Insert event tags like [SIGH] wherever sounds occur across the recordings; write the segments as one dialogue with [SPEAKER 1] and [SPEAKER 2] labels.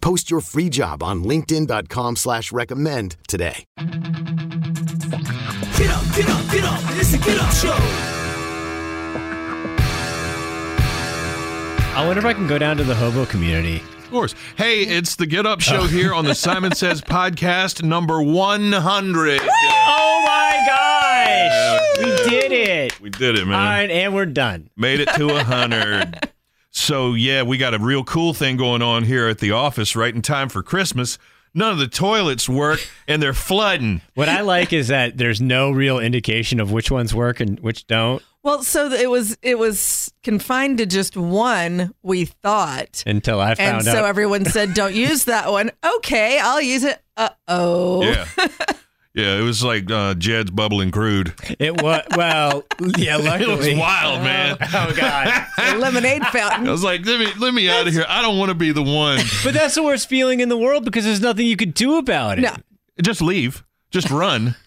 [SPEAKER 1] Post your free job on linkedin.com slash recommend today.
[SPEAKER 2] Get up, get up, get up. It's a get up show.
[SPEAKER 3] I wonder if I can go down to the hobo community.
[SPEAKER 4] Of course. Hey, it's the Get Up Show here [LAUGHS] on the Simon Says podcast number 100.
[SPEAKER 3] Oh my gosh! We did it.
[SPEAKER 4] We did it, man.
[SPEAKER 3] All right, and we're done.
[SPEAKER 4] Made it to [LAUGHS] 100. so, yeah, we got a real cool thing going on here at the office right in time for Christmas. None of the toilets work and they're flooding.
[SPEAKER 3] What I like is that there's no real indication of which ones work and which don't
[SPEAKER 5] Well, so th- it was it was confined to just one. We thought,
[SPEAKER 3] until I found
[SPEAKER 5] and so
[SPEAKER 3] out.
[SPEAKER 5] everyone
[SPEAKER 3] [LAUGHS]
[SPEAKER 5] said, "Don't use that one." Okay, I'll use it. Uh oh. [LAUGHS]
[SPEAKER 4] Yeah. Yeah, it was like uh, Jed's bubbling crude.
[SPEAKER 3] it
[SPEAKER 5] [LAUGHS]
[SPEAKER 3] was well, yeah. Luckily,
[SPEAKER 4] [LAUGHS] It was wild, man.
[SPEAKER 3] Oh god!
[SPEAKER 5] Lemonade
[SPEAKER 4] I
[SPEAKER 5] fountain.
[SPEAKER 4] was like, let me let me out of here. I don't want to be the [LAUGHS] one.
[SPEAKER 3] [LAUGHS] But that's the worst feeling in the world because there's nothing you could do about it.
[SPEAKER 5] No.
[SPEAKER 4] Just leave. Just run. [LAUGHS]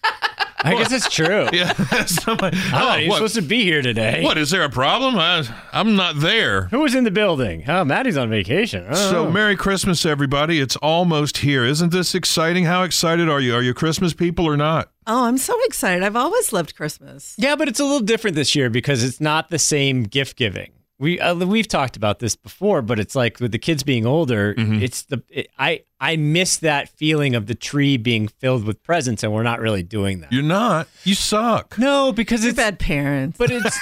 [SPEAKER 3] I guess it's [LAUGHS] true.
[SPEAKER 4] Yeah. [LAUGHS] Somebody-
[SPEAKER 3] Oh,
[SPEAKER 4] oh,
[SPEAKER 3] you're
[SPEAKER 4] what-
[SPEAKER 3] supposed to be here today.
[SPEAKER 4] What is there a problem? I, I'm not there.
[SPEAKER 3] Who was in the building? Oh, Maddie's on vacation. Oh.
[SPEAKER 4] So Merry Christmas, everybody! It's almost here. Isn't this exciting? How excited are you? Are you Christmas people or not?
[SPEAKER 5] Oh, I'm so excited! I've always loved Christmas.
[SPEAKER 3] Yeah, but it's a little different this year because it's not the same gift giving. We uh, we've talked about this before, but it's like with the kids being older,
[SPEAKER 4] Mm-hmm.
[SPEAKER 3] it's the it, I I miss that feeling of the tree being filled with presents, and we're not really doing that.
[SPEAKER 4] You're not. You suck.
[SPEAKER 3] no, because
[SPEAKER 5] You're
[SPEAKER 3] it's
[SPEAKER 5] bad parents.
[SPEAKER 3] but it's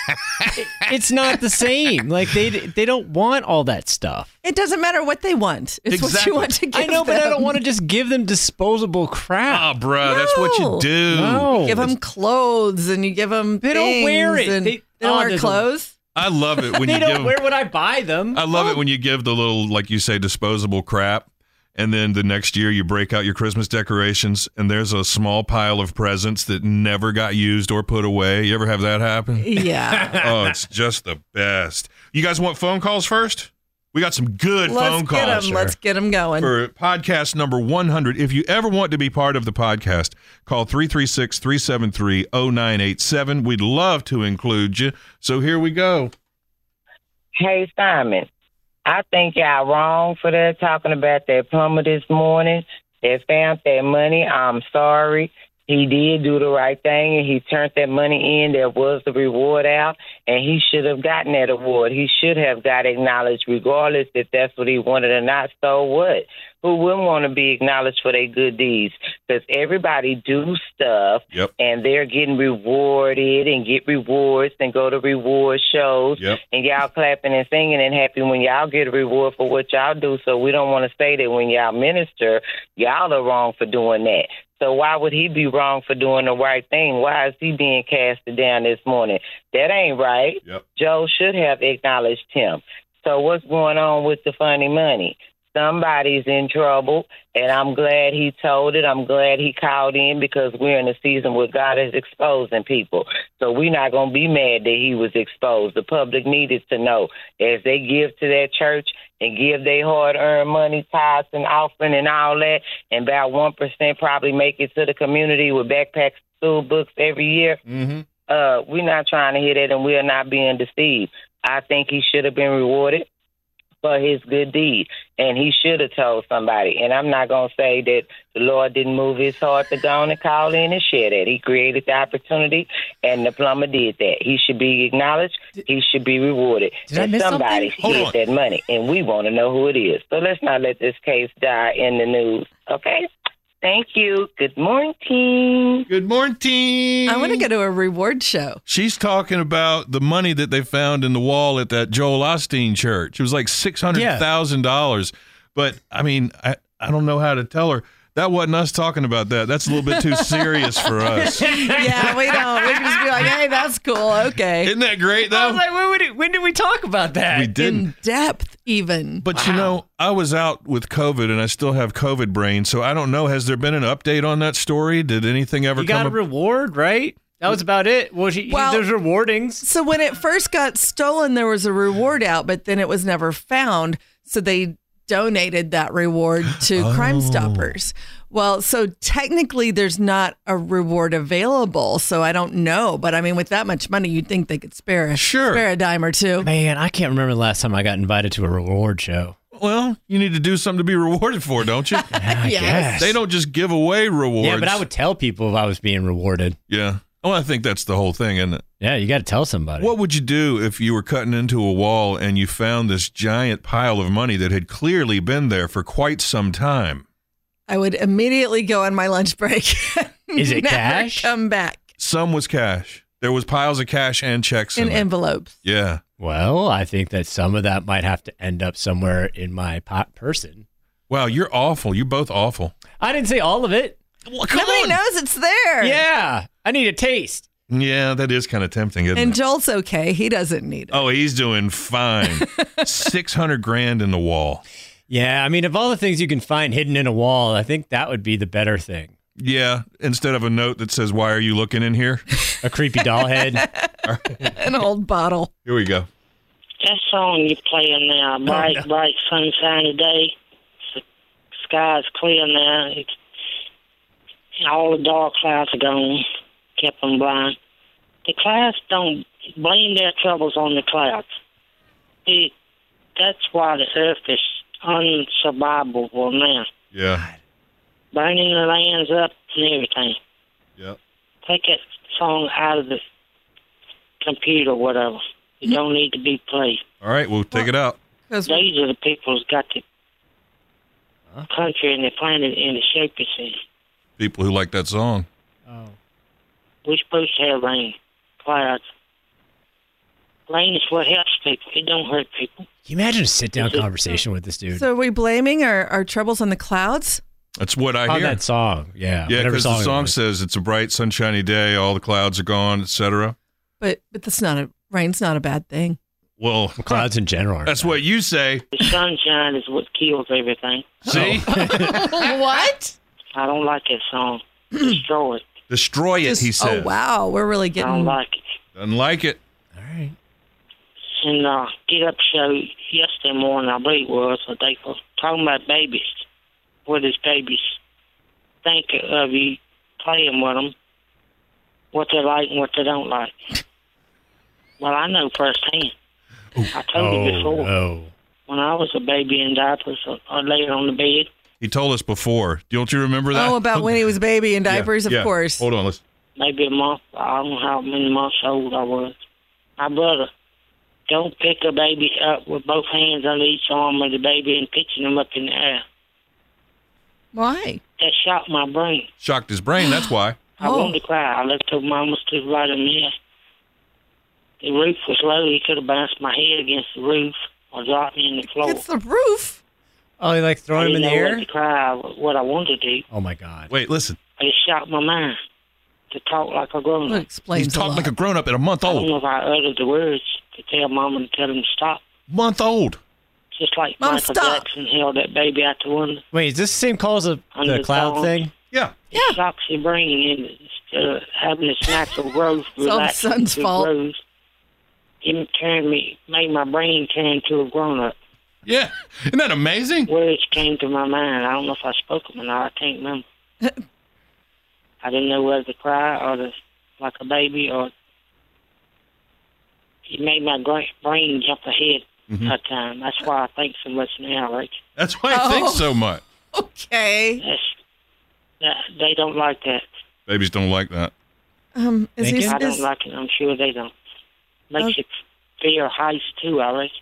[SPEAKER 3] it- it's not the same. Like they they don't want all that stuff.
[SPEAKER 5] It doesn't matter what they want. It's what
[SPEAKER 4] Exactly.
[SPEAKER 5] you want to give
[SPEAKER 3] I know, but I
[SPEAKER 5] them.
[SPEAKER 3] don't want to just give them disposable
[SPEAKER 4] Ah,
[SPEAKER 3] crap.
[SPEAKER 4] bruh, that's what you
[SPEAKER 5] No.
[SPEAKER 4] do.
[SPEAKER 3] no,
[SPEAKER 5] Give them clothes, and you give them.
[SPEAKER 3] They don't wear
[SPEAKER 5] things
[SPEAKER 3] it.
[SPEAKER 5] and
[SPEAKER 3] They-
[SPEAKER 5] They, don't
[SPEAKER 3] oh,
[SPEAKER 5] wear
[SPEAKER 3] there's a- [LAUGHS]
[SPEAKER 5] clothes.
[SPEAKER 4] I love it when
[SPEAKER 3] they
[SPEAKER 4] you
[SPEAKER 3] don't.
[SPEAKER 4] give.
[SPEAKER 3] where would I buy them?
[SPEAKER 4] I love it when you give the little, like you say, disposable crap, and then the next year you break out your Christmas decorations, and there's a small pile of presents that never got used or put away. You ever have that happen?
[SPEAKER 5] Yeah. [LAUGHS]
[SPEAKER 4] oh, it's just the best. You guys want phone calls first? We got some good
[SPEAKER 5] Let's
[SPEAKER 4] phone
[SPEAKER 5] get them.
[SPEAKER 4] calls
[SPEAKER 5] Let's get them going.
[SPEAKER 4] for podcast number 100. If you ever want to be part of the podcast, call 336 373 0987. We'd love to include you. So here we go.
[SPEAKER 6] Hey, Simon, I think y'all wrong for that talking about that plumber this morning that found that money. I'm sorry. He did do the right thing and he turned that money in. There was the reward out, and he should have gotten that award. He should have got acknowledged, regardless if that's what he wanted or not. So what? Who wouldn't want to be acknowledged for their good deeds? Because everybody do stuff,
[SPEAKER 4] Yep.
[SPEAKER 6] and they're getting rewarded and get rewards and go to reward shows
[SPEAKER 4] Yep.
[SPEAKER 6] and y'all clapping and singing and happy when y'all get a reward for what y'all do. So we don't want to say that when y'all minister, y'all are wrong for doing that. So why would he be wrong for doing the right thing? Why is he being casted down this morning? That ain't right.
[SPEAKER 4] Yep.
[SPEAKER 6] Joe should have acknowledged him. So what's going on with the funny money? Somebody's in trouble, and I'm glad he told it. I'm glad he called in because we're in a season where God is exposing people. So we're not going to be mad that he was exposed. The public needed to know as they give to their church and give their hard earned money, tithes and offering and all that, and about 1% probably make it to the community with backpacks, school books every year
[SPEAKER 4] Mm-hmm.
[SPEAKER 6] uh, we're not trying to hit it and we're not being deceived. I think he should have been rewarded for his good deed and he should have told somebody. And I'm not going to say that the Lord didn't move his heart to go on and call in and share that. He created the opportunity and the plumber did that. He should be acknowledged. He should be rewarded.
[SPEAKER 3] Did I
[SPEAKER 6] And
[SPEAKER 3] miss
[SPEAKER 6] somebody
[SPEAKER 3] something?
[SPEAKER 4] Hold
[SPEAKER 6] get
[SPEAKER 4] on.
[SPEAKER 6] that money and we want to know who it is. So let's not let this case die in the news. Okay?
[SPEAKER 7] Thank you. Good morning.
[SPEAKER 4] Good morning. team.
[SPEAKER 5] I want to go to a reward show.
[SPEAKER 4] She's talking about the money that they found in the wall at that Joel Osteen church. It was like six hundred thousand dollars. But I mean, I, I don't know how to tell her. That wasn't us talking about that. That's a little bit too serious
[SPEAKER 3] [LAUGHS]
[SPEAKER 4] for us.
[SPEAKER 5] yeah, we don't. We can just be like, hey, that's cool. Okay.
[SPEAKER 4] Isn't that great
[SPEAKER 3] I
[SPEAKER 4] though?
[SPEAKER 3] was like, when, would it- when did we talk about that?
[SPEAKER 4] we didn't.
[SPEAKER 5] In depth, even.
[SPEAKER 4] But you know, I was out with COVID and I still have COVID brain, so I don't know. Has there been an update on that story? Did anything ever
[SPEAKER 3] you got
[SPEAKER 4] come?
[SPEAKER 3] a
[SPEAKER 4] up-
[SPEAKER 3] reward, right? That was about it. Well, she,
[SPEAKER 5] Well-
[SPEAKER 3] there's rewardings.
[SPEAKER 5] So when it first got stolen, there was a reward out, but then it was never found. So they donated
[SPEAKER 3] [GASPS]
[SPEAKER 5] that reward to
[SPEAKER 3] Oh.
[SPEAKER 5] Crime Stoppers. Well, so technically, there's not a reward available. So I don't know. But I mean, with that much money, you'd think they could spare a,
[SPEAKER 4] Sure.
[SPEAKER 5] spare a dime or two.
[SPEAKER 3] Man, I can't remember the last time I got invited to a reward [LAUGHS] show.
[SPEAKER 4] well, you need to do something to be [LAUGHS] rewarded
[SPEAKER 3] [LAUGHS]
[SPEAKER 4] for, don't you?
[SPEAKER 3] I
[SPEAKER 5] Yes.
[SPEAKER 3] guess.
[SPEAKER 4] they don't just give away rewards.
[SPEAKER 3] Yeah, but I would tell people if I was being rewarded.
[SPEAKER 4] Yeah. Well, I think that's the whole thing, isn't it?
[SPEAKER 3] Yeah, you got to tell somebody.
[SPEAKER 4] What would you do if you were cutting into a wall and you found this giant pile of money that had clearly been there for quite some time?
[SPEAKER 5] I would immediately go on my lunch break. [LAUGHS]
[SPEAKER 3] Is it
[SPEAKER 5] Never
[SPEAKER 3] cash?
[SPEAKER 5] Come back
[SPEAKER 4] Some was cash. There was piles of cash and checks in
[SPEAKER 5] in
[SPEAKER 4] there.
[SPEAKER 5] envelopes.
[SPEAKER 4] yeah.
[SPEAKER 3] Well, I think that some of that might have to end up somewhere in my pot person.
[SPEAKER 4] Wow, you're awful. You're both awful.
[SPEAKER 3] I didn't say all of it.
[SPEAKER 4] Well,
[SPEAKER 5] Nobody knows it's there.
[SPEAKER 3] Yeah, I need a taste.
[SPEAKER 4] Yeah, that is kind of tempting, isn't
[SPEAKER 5] And
[SPEAKER 4] it?
[SPEAKER 5] Joel's okay. He doesn't need it.
[SPEAKER 4] Oh, he's doing [LAUGHS] fine. 600 grand in the wall.
[SPEAKER 3] Yeah, I mean, of all the things you can find hidden in a wall, I think that would be the better thing.
[SPEAKER 4] Yeah, instead of a note that says, Why are you looking in here?
[SPEAKER 3] A creepy doll [LAUGHS] head.
[SPEAKER 5] An old bottle.
[SPEAKER 4] Here we go.
[SPEAKER 7] That song you're playing now, bright, bright sunshiny day. The sky's clear now. It's, all the dark clouds are gone. Kept them blind. The clouds don't blame their troubles on the clouds. It, that's why the earth is unsurvivable now.
[SPEAKER 4] Yeah.
[SPEAKER 7] Burning the lands up and everything.
[SPEAKER 4] Yeah.
[SPEAKER 7] Take that song out of the computer, whatever. It don't need to be played.
[SPEAKER 4] All right, we'll take it out.
[SPEAKER 5] 'Cause we-
[SPEAKER 7] These are the people who's got the country and the planet in the shape it's in.
[SPEAKER 4] People who like that song.
[SPEAKER 3] oh.
[SPEAKER 7] We're supposed to have rain, clouds. Rain is what helps people. It don't hurt people.
[SPEAKER 3] Can you imagine a sit down conversation with this dude?
[SPEAKER 5] So are we blaming our, our troubles on the clouds?
[SPEAKER 4] Oh, That's what I
[SPEAKER 3] on
[SPEAKER 4] hear.
[SPEAKER 3] that song. Yeah.
[SPEAKER 4] yeah,
[SPEAKER 3] whatever
[SPEAKER 4] because the
[SPEAKER 3] it
[SPEAKER 4] song
[SPEAKER 3] was.
[SPEAKER 4] says it's a bright, sunshiny day, all the clouds are gone, etc.
[SPEAKER 5] But but that's not a rain's not a bad thing.
[SPEAKER 4] Well,
[SPEAKER 3] clouds in general. aren't
[SPEAKER 4] [LAUGHS] that's
[SPEAKER 3] bad.
[SPEAKER 4] what you say.
[SPEAKER 7] The sunshine is what kills everything.
[SPEAKER 4] See?
[SPEAKER 3] Oh.
[SPEAKER 5] what?
[SPEAKER 7] I don't like that song. Destroy it.
[SPEAKER 4] [LAUGHS] Destroy it, he
[SPEAKER 5] oh
[SPEAKER 4] says.
[SPEAKER 5] wow, we're really
[SPEAKER 7] I don't
[SPEAKER 5] [CLEARS THROAT] getting
[SPEAKER 7] like it.
[SPEAKER 4] Doesn't like it.
[SPEAKER 3] All right.
[SPEAKER 7] And uh, get up show yesterday morning, I believe it was, or they were talking about babies. What is babies think of you playing with them, what they like and what they don't like. well, I know firsthand. I told you before,
[SPEAKER 3] Oh, no.
[SPEAKER 7] when I was a baby in diapers, I- I laid on the bed.
[SPEAKER 4] He told us before. Don't you remember that?
[SPEAKER 5] Oh,
[SPEAKER 4] [LAUGHS]
[SPEAKER 5] about when he was a baby in
[SPEAKER 4] Yeah,
[SPEAKER 5] diapers, of
[SPEAKER 4] yeah.
[SPEAKER 5] course.
[SPEAKER 4] Hold on, let's.
[SPEAKER 7] maybe a month. I don't know how many months old I was. My brother, don't pick a baby up with both hands under each arm of the baby and pitching them up in the air.
[SPEAKER 5] Why?
[SPEAKER 7] That shocked my brain.
[SPEAKER 4] Shocked his brain, that's
[SPEAKER 5] [GASPS]
[SPEAKER 4] why.
[SPEAKER 7] I
[SPEAKER 5] Oh.
[SPEAKER 7] wanted to cry. I looked over my almost to the right of me. The roof was low. He could have bounced my head against the roof or dropped me in the floor.
[SPEAKER 5] It's the roof.
[SPEAKER 3] Oh, you like
[SPEAKER 7] I
[SPEAKER 3] throwing him
[SPEAKER 7] didn't
[SPEAKER 3] in the
[SPEAKER 7] know what
[SPEAKER 3] air?
[SPEAKER 7] to cry, what I wanted to do.
[SPEAKER 3] Oh, my God.
[SPEAKER 4] Wait, listen.
[SPEAKER 7] It shocked my mind to talk like a grown
[SPEAKER 5] That
[SPEAKER 7] up.
[SPEAKER 5] explains
[SPEAKER 4] He's
[SPEAKER 5] a
[SPEAKER 4] talking
[SPEAKER 5] lot.
[SPEAKER 4] like a grown up at a month
[SPEAKER 7] I don't
[SPEAKER 5] Oh.
[SPEAKER 7] know
[SPEAKER 4] old.
[SPEAKER 7] if I uttered the words to tell mom and tell him to stop.
[SPEAKER 4] Month old.
[SPEAKER 7] Just like
[SPEAKER 5] Mom,
[SPEAKER 7] Michael
[SPEAKER 5] stop.
[SPEAKER 7] Jackson held that baby out the window.
[SPEAKER 3] Wait, is this the same call as the,
[SPEAKER 7] Under
[SPEAKER 3] the cloud
[SPEAKER 7] clouds.
[SPEAKER 3] thing?
[SPEAKER 4] Yeah.
[SPEAKER 7] It shocks your brain and instead of having its natural growth,
[SPEAKER 5] It's all the
[SPEAKER 7] relaxing
[SPEAKER 5] sun's
[SPEAKER 7] to
[SPEAKER 5] fault.
[SPEAKER 7] growth, it turned me, made my brain turn to a grown up.
[SPEAKER 4] Yeah. Isn't that amazing?
[SPEAKER 7] Words came to my mind. I don't know if I spoke them or not. I can't remember. I didn't know whether to cry or to, like a baby or. It made my gra- brain jump ahead a time. That's why I think so much now, Rich.
[SPEAKER 4] That's why I think
[SPEAKER 5] Oh.
[SPEAKER 4] so much.
[SPEAKER 5] [LAUGHS] okay.
[SPEAKER 7] That's, that, they don't like that.
[SPEAKER 4] Babies don't like
[SPEAKER 5] [LAUGHS]
[SPEAKER 4] that.
[SPEAKER 5] Um, is
[SPEAKER 3] Thank
[SPEAKER 5] he,
[SPEAKER 3] you.
[SPEAKER 7] I don't
[SPEAKER 5] is-
[SPEAKER 7] like it. I'm sure they don't. Makes you fear heights too, I reckon.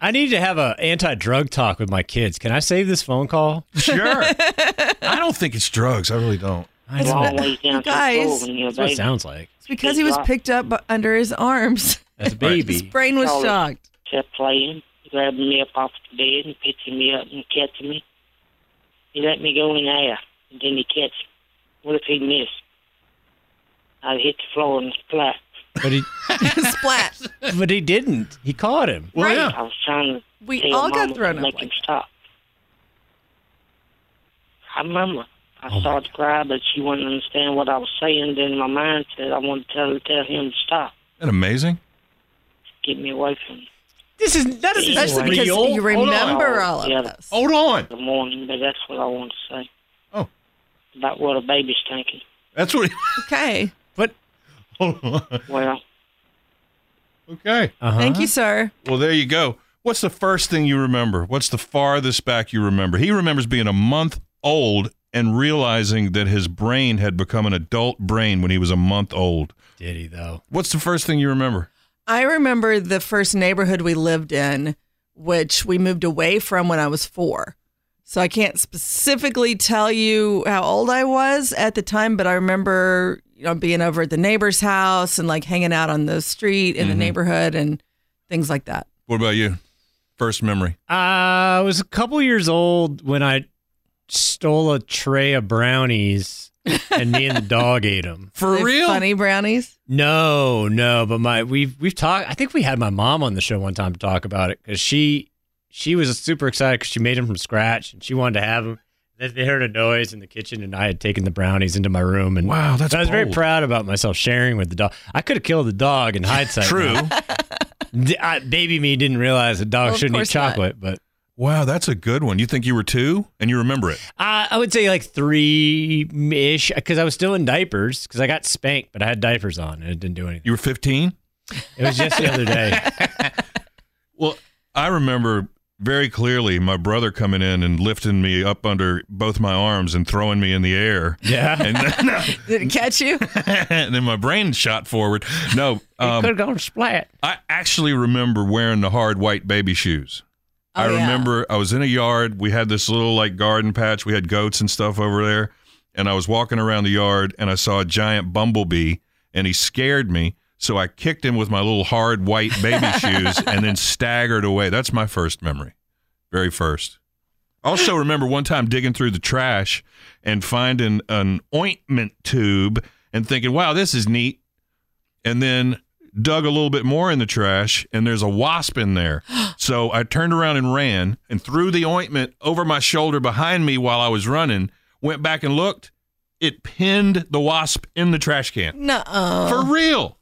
[SPEAKER 3] I need to have a anti-drug talk with my kids. Can I save this phone call? [LAUGHS]
[SPEAKER 4] Sure. I don't think it's drugs. I really don't.
[SPEAKER 3] I
[SPEAKER 7] Long
[SPEAKER 3] know.
[SPEAKER 7] way down to
[SPEAKER 5] Guys.
[SPEAKER 7] school when you're a
[SPEAKER 3] That's what it
[SPEAKER 7] baby.
[SPEAKER 3] sounds like.
[SPEAKER 5] It's because he was picked up bu- under his arms. [LAUGHS]
[SPEAKER 3] That's a
[SPEAKER 5] His
[SPEAKER 3] baby.
[SPEAKER 5] brain was
[SPEAKER 7] Totally. [LAUGHS]
[SPEAKER 5] shocked.
[SPEAKER 7] just playing, grabbing me up off the bed and picking me up and catching me. He let me go in the air, and then he catch me. What if he missed? I'd hit the floor and flat.
[SPEAKER 3] But he,
[SPEAKER 5] Splat.
[SPEAKER 3] but he didn't. He caught him.
[SPEAKER 4] Well,
[SPEAKER 5] Right.
[SPEAKER 4] yeah.
[SPEAKER 7] I was trying to
[SPEAKER 5] Oh, We
[SPEAKER 7] tell
[SPEAKER 5] all got
[SPEAKER 7] Mama
[SPEAKER 5] thrown
[SPEAKER 7] to
[SPEAKER 5] up
[SPEAKER 7] make
[SPEAKER 5] like
[SPEAKER 7] him
[SPEAKER 5] that.
[SPEAKER 7] stop. I remember. I
[SPEAKER 3] Oh, my
[SPEAKER 7] started to cry, but she wouldn't understand what I was saying. Then my mind said, I want to tell, tell him to stop.
[SPEAKER 4] Isn't that amazing?
[SPEAKER 7] Get me away from him.
[SPEAKER 3] This is that is
[SPEAKER 5] Especially
[SPEAKER 7] Right.
[SPEAKER 5] because
[SPEAKER 3] real.
[SPEAKER 5] you
[SPEAKER 4] Hold on.
[SPEAKER 5] remember all of
[SPEAKER 7] Yeah.
[SPEAKER 5] this.
[SPEAKER 4] Hold on.
[SPEAKER 7] The morning, but that's what I want to say.
[SPEAKER 4] Oh.
[SPEAKER 7] About what a baby's thinking.
[SPEAKER 4] That's what.
[SPEAKER 5] Okay.
[SPEAKER 3] But
[SPEAKER 4] [LAUGHS] Hold on.
[SPEAKER 7] Well,
[SPEAKER 4] Okay.
[SPEAKER 3] uh-huh.
[SPEAKER 5] Thank you, sir.
[SPEAKER 4] Well, there you go. What's the first thing you remember? What's the farthest back you remember? He remembers being a month old and realizing that his brain had become an adult brain when he was a month old.
[SPEAKER 3] Did he though?
[SPEAKER 4] What's the first thing you remember?
[SPEAKER 5] I remember the first neighborhood we lived in, which we moved away from when I was four. So I can't specifically tell you how old I was at the time, but I remember you know being over at the neighbor's house and like hanging out on the street in
[SPEAKER 4] Mm-hmm.
[SPEAKER 5] the neighborhood and things like that.
[SPEAKER 4] What about you? First memory.
[SPEAKER 3] Uh, I was a couple years old when I stole a tray of brownies, and me and the dog ate them.
[SPEAKER 4] For
[SPEAKER 5] They're Funny brownies.
[SPEAKER 3] No, no, but my we've we've talked. I think we had my mom on the show one time to talk about it because she she was super excited because she made them from scratch and she wanted to have them. Then they heard a noise in the kitchen and I had taken the brownies into my room and
[SPEAKER 4] Wow, that's
[SPEAKER 3] I was very
[SPEAKER 4] bold.
[SPEAKER 3] proud about myself sharing with the dog. I could have killed the dog in hindsight.
[SPEAKER 4] True.
[SPEAKER 3] D- I- baby me didn't realize the dog
[SPEAKER 5] Well, of
[SPEAKER 3] shouldn't eat
[SPEAKER 5] course not.
[SPEAKER 3] chocolate, but
[SPEAKER 4] wow, that's a good one. You think you were two and you remember it?
[SPEAKER 3] uh, I would say like three ish because I was still in diapers because I got spanked, but I had diapers on and it didn't do anything.
[SPEAKER 4] You were 15?
[SPEAKER 3] It was just the other day.
[SPEAKER 4] [LAUGHS] Well, I remember very clearly my brother coming in and lifting me up under both my arms and throwing me in the air.
[SPEAKER 3] Yeah.
[SPEAKER 4] And then, [LAUGHS]
[SPEAKER 5] Did it catch you?
[SPEAKER 4] and then my brain shot forward. No, um,
[SPEAKER 3] have gone splat.
[SPEAKER 4] I actually remember wearing the hard white baby shoes. I
[SPEAKER 5] Oh, yeah.
[SPEAKER 4] remember I was in a yard. We had this little like garden patch. We had goats and stuff over there. And I was walking around the yard and I saw a giant bumblebee and he scared me. So I kicked him with my little hard white
[SPEAKER 5] [LAUGHS]
[SPEAKER 4] baby shoes and then staggered away. That's my first memory. Very first. I Also remember one time digging through the trash and finding an ointment tube and thinking, wow, this is neat. And then dug a little bit more in the trash and there's a wasp in
[SPEAKER 5] [GASPS]
[SPEAKER 4] there. So I turned around and ran and threw the ointment over my shoulder behind me while I was running. Went back and looked. It pinned the wasp in the trash can.
[SPEAKER 5] Nuh-uh.
[SPEAKER 4] For real.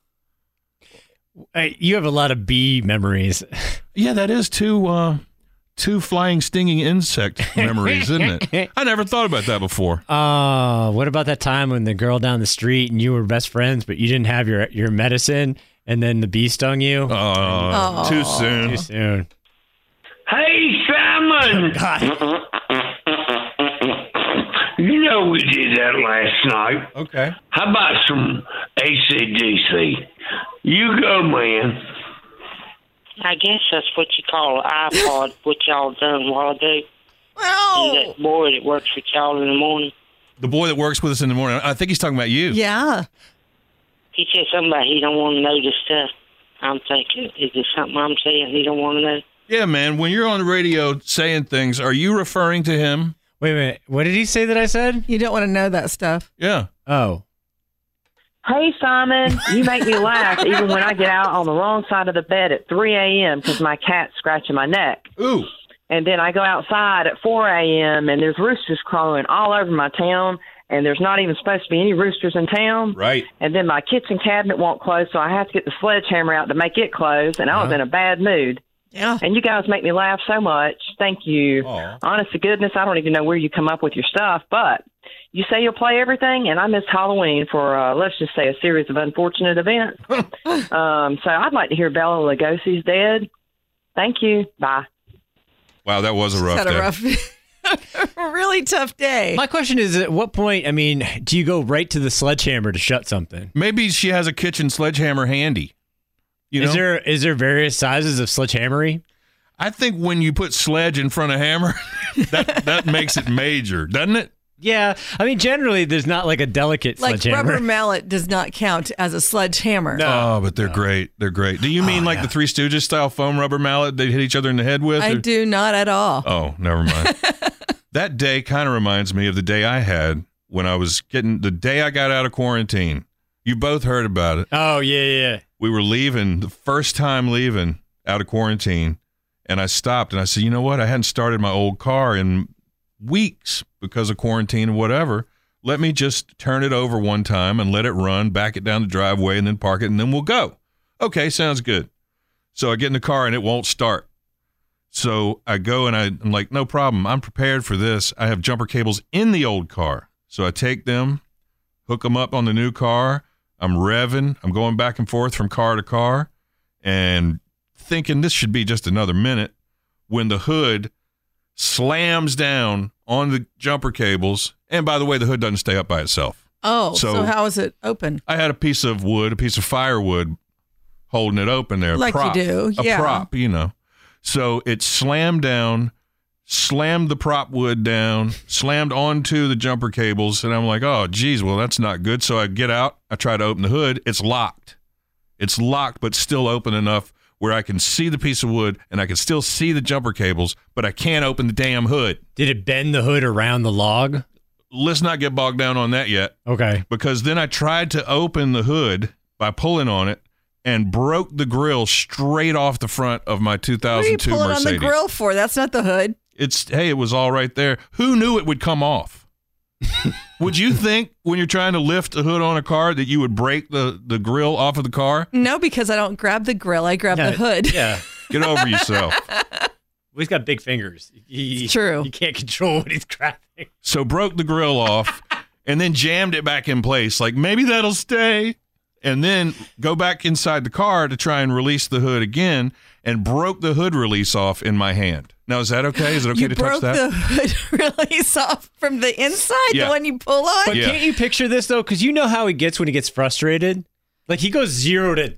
[SPEAKER 3] Hey, you have a lot of bee memories.
[SPEAKER 4] Yeah, that is two uh two flying stinging insect
[SPEAKER 5] [LAUGHS]
[SPEAKER 4] memories, isn't it? I never thought about that before.
[SPEAKER 3] Uh, what about that time when the girl down the street and you were best friends, but you didn't have your your medicine, and then the bee stung you?
[SPEAKER 5] Oh.
[SPEAKER 4] Uh, too soon.
[SPEAKER 3] Too soon.
[SPEAKER 8] Hey, Simon!
[SPEAKER 3] God.
[SPEAKER 8] You know we did that last night.
[SPEAKER 4] Okay.
[SPEAKER 8] How about some ACDC? You go, man.
[SPEAKER 7] I guess that's what you call an iPod, what y'all done while they and
[SPEAKER 5] Oh.
[SPEAKER 7] that boy that works with y'all in the morning.
[SPEAKER 4] The boy that works with us in the morning. I think he's talking about you.
[SPEAKER 5] Yeah.
[SPEAKER 7] He said somebody he don't want to know this stuff. I'm thinking, is there something I'm saying he don't want to know?
[SPEAKER 4] Yeah, man. When you're on the radio saying things, are you referring to him?
[SPEAKER 3] Wait a minute. What did he say that I said?
[SPEAKER 5] You don't want to know that stuff.
[SPEAKER 4] Yeah.
[SPEAKER 3] Oh,
[SPEAKER 9] Hey, Simon, you make me laugh even when I get out on the wrong side of the bed at 3 a.m. because my cat's scratching my neck.
[SPEAKER 4] Ooh.
[SPEAKER 9] And then I go outside at 4 a.m. and there's roosters crowing all over my town, and there's not even supposed to be any roosters in town.
[SPEAKER 4] Right.
[SPEAKER 9] And then my kitchen cabinet won't close, so I have to get the sledgehammer out to make it close, and I was in a bad mood.
[SPEAKER 5] Uh-huh. Yeah.
[SPEAKER 9] And you guys make me laugh so much. Thank you.
[SPEAKER 4] Aw.
[SPEAKER 9] Honest to goodness, I don't even know where you come up with your stuff, but you say you'll play everything, and I missed Halloween for, uh, let's just say, a series of unfortunate events. um, so I'd like to hear Bella Lugosi's dead. Thank you. Bye.
[SPEAKER 4] Wow, that was a rough
[SPEAKER 5] Had
[SPEAKER 4] day.
[SPEAKER 5] a rough, [LAUGHS] really tough day.
[SPEAKER 3] my question is: At what point? I mean, do you go right to the sledgehammer to shut something?
[SPEAKER 4] Maybe she has a kitchen sledgehammer handy. You know,
[SPEAKER 3] Is there is there various sizes of sledgehammery?
[SPEAKER 4] I think when you put sledge in front of hammer, [LAUGHS] that that makes it major, doesn't it?
[SPEAKER 3] Yeah, I mean, generally, there's not like a delicate
[SPEAKER 5] Like
[SPEAKER 3] sledgehammer. [LAUGHS]
[SPEAKER 5] rubber mallet does not count as a sledgehammer.
[SPEAKER 4] No, Oh, but they're great. They're great. Do you mean like the Three Stooges style foam rubber mallet they hit each other in the head with?
[SPEAKER 5] I
[SPEAKER 4] or-
[SPEAKER 5] do not at all.
[SPEAKER 4] Oh, never
[SPEAKER 5] [LAUGHS]
[SPEAKER 4] mind. that day kind of reminds me of the day I had when I was getting the day I got out of quarantine. You both heard about it.
[SPEAKER 3] Oh yeah, yeah.
[SPEAKER 4] We were leaving the first time leaving out of quarantine, and I stopped and I said, "You know what? I hadn't started my old car in weeks because of quarantine and whatever. Let me just turn it over one time and let it run, back it down the driveway, and then park it, and then we'll go." Okay, sounds good. So I get in the car and it won't start. So I go and I, I'm like, no problem. I'm prepared for this. I have jumper cables in the old car. So I take them, hook them up on the new car. I'm revving. I'm going back and forth from car to car and thinking this should be just another minute when the hood slams down on the jumper cables. And by the way, the hood doesn't stay up by itself.
[SPEAKER 5] Oh, so,
[SPEAKER 4] So-
[SPEAKER 5] how is it open?
[SPEAKER 4] I had a piece of wood, a piece of firewood, holding it open there. a
[SPEAKER 5] Like you
[SPEAKER 4] prop,
[SPEAKER 5] do, yeah.
[SPEAKER 4] A prop, you know. So it slammed down, slammed the prop wood down, slammed onto the jumper cables, and I'm like, oh, geez, well, that's not good. So I get out, I try to open the hood, it's locked. It's locked, but still open enough where I can see the piece of wood and I can still see the jumper cables, but I can't open the damn hood.
[SPEAKER 3] Did it bend the hood around the log?
[SPEAKER 4] Let's not get bogged down on that yet
[SPEAKER 3] Okay.
[SPEAKER 4] because then I tried to open the hood by pulling on it and broke the grill straight off the front of my
[SPEAKER 5] What are you
[SPEAKER 4] 2002
[SPEAKER 5] pulling
[SPEAKER 4] Mercedes.
[SPEAKER 5] on the grill for? That's not the hood.
[SPEAKER 4] It's hey, it was all right there. Who knew it would come off? would you think when you're trying to lift a hood on a car that you would break the the grill off of the car?
[SPEAKER 5] No, because I don't grab the grill. I grab
[SPEAKER 3] Yeah,
[SPEAKER 5] the hood. [LAUGHS]
[SPEAKER 3] Yeah.
[SPEAKER 4] Get over yourself.
[SPEAKER 3] Well, he's got big fingers. He,
[SPEAKER 5] It's true.
[SPEAKER 3] He can't control what he's grabbing.
[SPEAKER 4] So broke the grill off and then jammed it back in place. Like maybe that'll stay. And then go back inside the car to try and release the hood again and broke the hood release off in my hand. Now is that okay? Is it okay
[SPEAKER 5] you
[SPEAKER 4] to
[SPEAKER 5] broke
[SPEAKER 4] touch that?
[SPEAKER 5] the hood [LAUGHS] release off from the inside,
[SPEAKER 4] Yeah.
[SPEAKER 5] the one you pull on.
[SPEAKER 3] But
[SPEAKER 4] Yeah.
[SPEAKER 3] can't you picture this though? Because you know how he gets when he gets frustrated. Like he goes zero to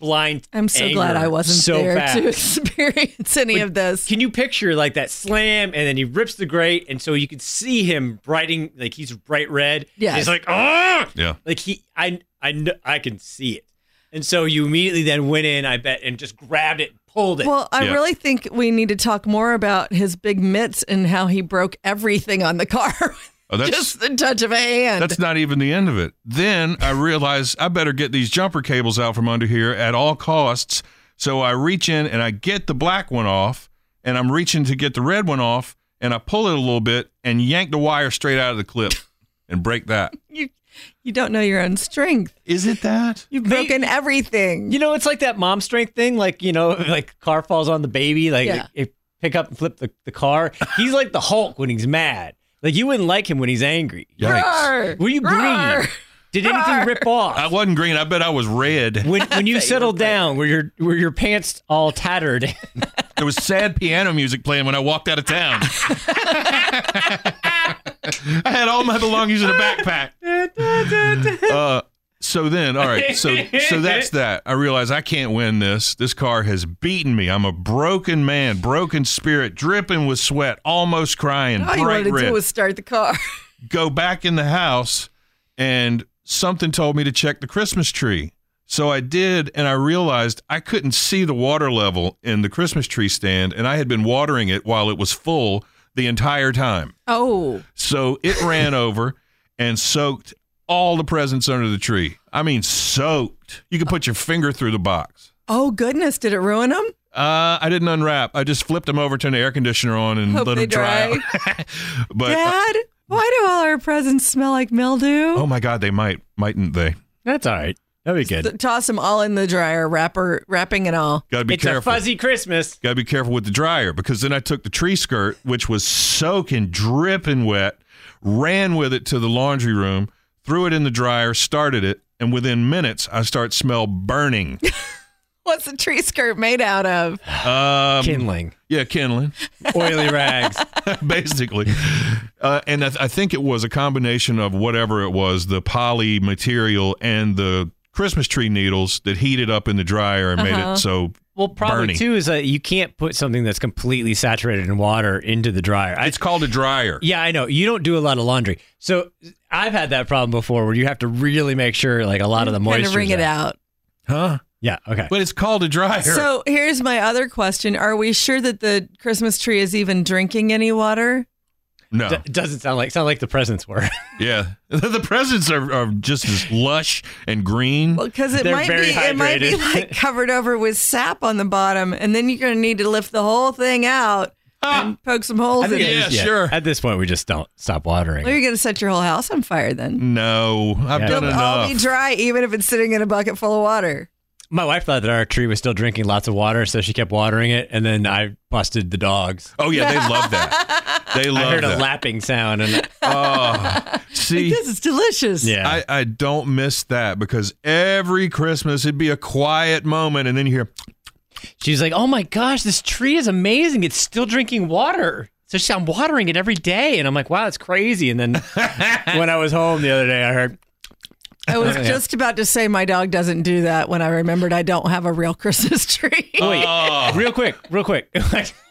[SPEAKER 3] blind.
[SPEAKER 5] I'm so glad
[SPEAKER 3] anger
[SPEAKER 5] I wasn't
[SPEAKER 3] so
[SPEAKER 5] there
[SPEAKER 3] fast.
[SPEAKER 5] to experience any
[SPEAKER 3] Like,
[SPEAKER 5] of this.
[SPEAKER 3] Can you picture like that slam and then he rips the grate and so you can see him brighting like he's bright red.
[SPEAKER 5] Yes.
[SPEAKER 3] He's like, "Ah!"
[SPEAKER 4] Yeah.
[SPEAKER 3] Like he I I kn- I can see it. And so you immediately then went in, I bet, and just grabbed it, pulled it.
[SPEAKER 5] Well, I
[SPEAKER 4] Yeah.
[SPEAKER 5] really think we need to talk more about his big mitts and how he broke everything on the car. [LAUGHS] with
[SPEAKER 4] Oh, that's-
[SPEAKER 5] just the touch of a hand.
[SPEAKER 4] That's not even the end of it. Then I realize I better get these jumper cables out from under here at all costs. So I reach in and I get the black one off, and I'm reaching to get the red one off, and I pull it a little bit and yank the wire straight out of the clip and break that.
[SPEAKER 5] you, you don't know your own strength.
[SPEAKER 4] Is it that?
[SPEAKER 5] You've broken everything.
[SPEAKER 3] you know, it's like that mom strength thing, like, you know, like car falls on the baby, like
[SPEAKER 5] Yeah.
[SPEAKER 3] it, pick up and flip the, the car. He's like the Hulk when he's mad. Like you wouldn't like him when he's angry.
[SPEAKER 5] Roar,
[SPEAKER 3] Were you green?
[SPEAKER 5] roar.
[SPEAKER 3] Did anything rip off?
[SPEAKER 4] I wasn't green. I bet I was red.
[SPEAKER 3] when when [LAUGHS] you settled down, were your were your pants all tattered?
[SPEAKER 4] There was sad piano music playing when I walked out of town. I had all my belongings in a backpack. Uh, so then, all right. So so that's that. I realize I can't win this. This car has beaten me. I'm a broken man, broken spirit, dripping with sweat, almost crying,
[SPEAKER 5] All Oh, you
[SPEAKER 4] bright
[SPEAKER 5] wanted to
[SPEAKER 4] red
[SPEAKER 5] do was start the car. [LAUGHS]
[SPEAKER 4] go back in the house and something told me to check the Christmas tree. So I did, and I realized I couldn't see the water level in the Christmas tree stand, and I had been watering it while it was full the entire time.
[SPEAKER 5] Oh,
[SPEAKER 4] So
[SPEAKER 5] [LAUGHS]
[SPEAKER 4] it ran over and soaked all the presents under the tree. I mean, soaked. You could put your finger through the box.
[SPEAKER 5] oh goodness! Did it ruin him?
[SPEAKER 4] Uh, I didn't unwrap. I just flipped them over, turned the air conditioner on, and
[SPEAKER 5] Hope
[SPEAKER 4] let
[SPEAKER 5] they
[SPEAKER 4] them dry. out. [LAUGHS] but uh,
[SPEAKER 5] Dad, why do all our presents smell like mildew?
[SPEAKER 4] oh my God, they might, mightn't they?
[SPEAKER 3] That's all right. That'd be
[SPEAKER 5] Th- Toss them all in the dryer, wrapper, wrapping and all.
[SPEAKER 4] Got to be
[SPEAKER 3] it's
[SPEAKER 4] careful.
[SPEAKER 3] a fuzzy Christmas.
[SPEAKER 4] Got to be careful with the dryer because then I took the tree skirt, which was soaking, dripping wet, ran with it to the laundry room, threw it in the dryer, started it, and within minutes I start smell burning.
[SPEAKER 5] What's a tree skirt made out of?
[SPEAKER 4] Um,
[SPEAKER 3] Kindling.
[SPEAKER 4] yeah, kindling, [LAUGHS]
[SPEAKER 3] Oily rags.
[SPEAKER 4] basically. Uh, and I, th- I think it was a combination of whatever it was, the poly material and the Christmas tree needles that heated up in the dryer and made it so
[SPEAKER 3] Well, probably
[SPEAKER 4] Bernie.
[SPEAKER 3] too is that you can't put something that's completely saturated in water into the dryer. I-
[SPEAKER 4] It's called a dryer.
[SPEAKER 3] yeah, I know. You don't do a lot of laundry, so I've had that problem before where you have to really make sure like a lot of the
[SPEAKER 5] Kind
[SPEAKER 3] moisture.
[SPEAKER 5] of wring it out.
[SPEAKER 4] Huh?
[SPEAKER 3] Yeah. Okay.
[SPEAKER 4] But it's called a dryer.
[SPEAKER 5] So here's my other question: Are we sure that the Christmas tree is even drinking any water?
[SPEAKER 4] no.
[SPEAKER 3] D- doesn't sound like sound like the presents were. [LAUGHS]
[SPEAKER 4] yeah. [LAUGHS] the presents are, are just as lush and green.
[SPEAKER 5] Well, because it
[SPEAKER 3] They're
[SPEAKER 5] might
[SPEAKER 3] very
[SPEAKER 5] be it might be
[SPEAKER 3] hydrated.
[SPEAKER 5] like covered over with sap on the bottom, and then you're going to need to lift the whole thing out
[SPEAKER 3] Ah.
[SPEAKER 5] and poke some holes in
[SPEAKER 4] think
[SPEAKER 5] it.
[SPEAKER 4] it is. Yeah, sure.
[SPEAKER 3] At this point, we just don't stop watering.
[SPEAKER 5] Well, you're going to set your whole house on fire then.
[SPEAKER 4] no, I've
[SPEAKER 3] Yeah.
[SPEAKER 4] done
[SPEAKER 5] It'll all
[SPEAKER 4] enough.
[SPEAKER 5] be dry, even if it's sitting in a bucket full of water.
[SPEAKER 3] My wife thought that our tree was still drinking lots of water, so she kept watering it, and then I busted the dogs.
[SPEAKER 4] oh yeah, they love
[SPEAKER 5] [LAUGHS]
[SPEAKER 4] that. They love
[SPEAKER 3] I heard
[SPEAKER 4] that.
[SPEAKER 3] a lapping sound, and
[SPEAKER 4] Oh, see,
[SPEAKER 5] Because it's delicious.
[SPEAKER 3] yeah,
[SPEAKER 4] I, I don't miss that because every Christmas it'd be a quiet moment and then you hear,
[SPEAKER 3] She's like, "Oh my gosh, this tree is amazing! It's still drinking water." So she, I'm watering it every day, and I'm like, "Wow, it's crazy." And
[SPEAKER 4] [LAUGHS]
[SPEAKER 3] then when I was home the other day, I heard,
[SPEAKER 5] I
[SPEAKER 3] Oh,
[SPEAKER 5] was just about to say my dog doesn't do that when I remembered I don't have a real [LAUGHS] Christmas tree.
[SPEAKER 4] oh,
[SPEAKER 3] "Real quick, real quick, [LAUGHS]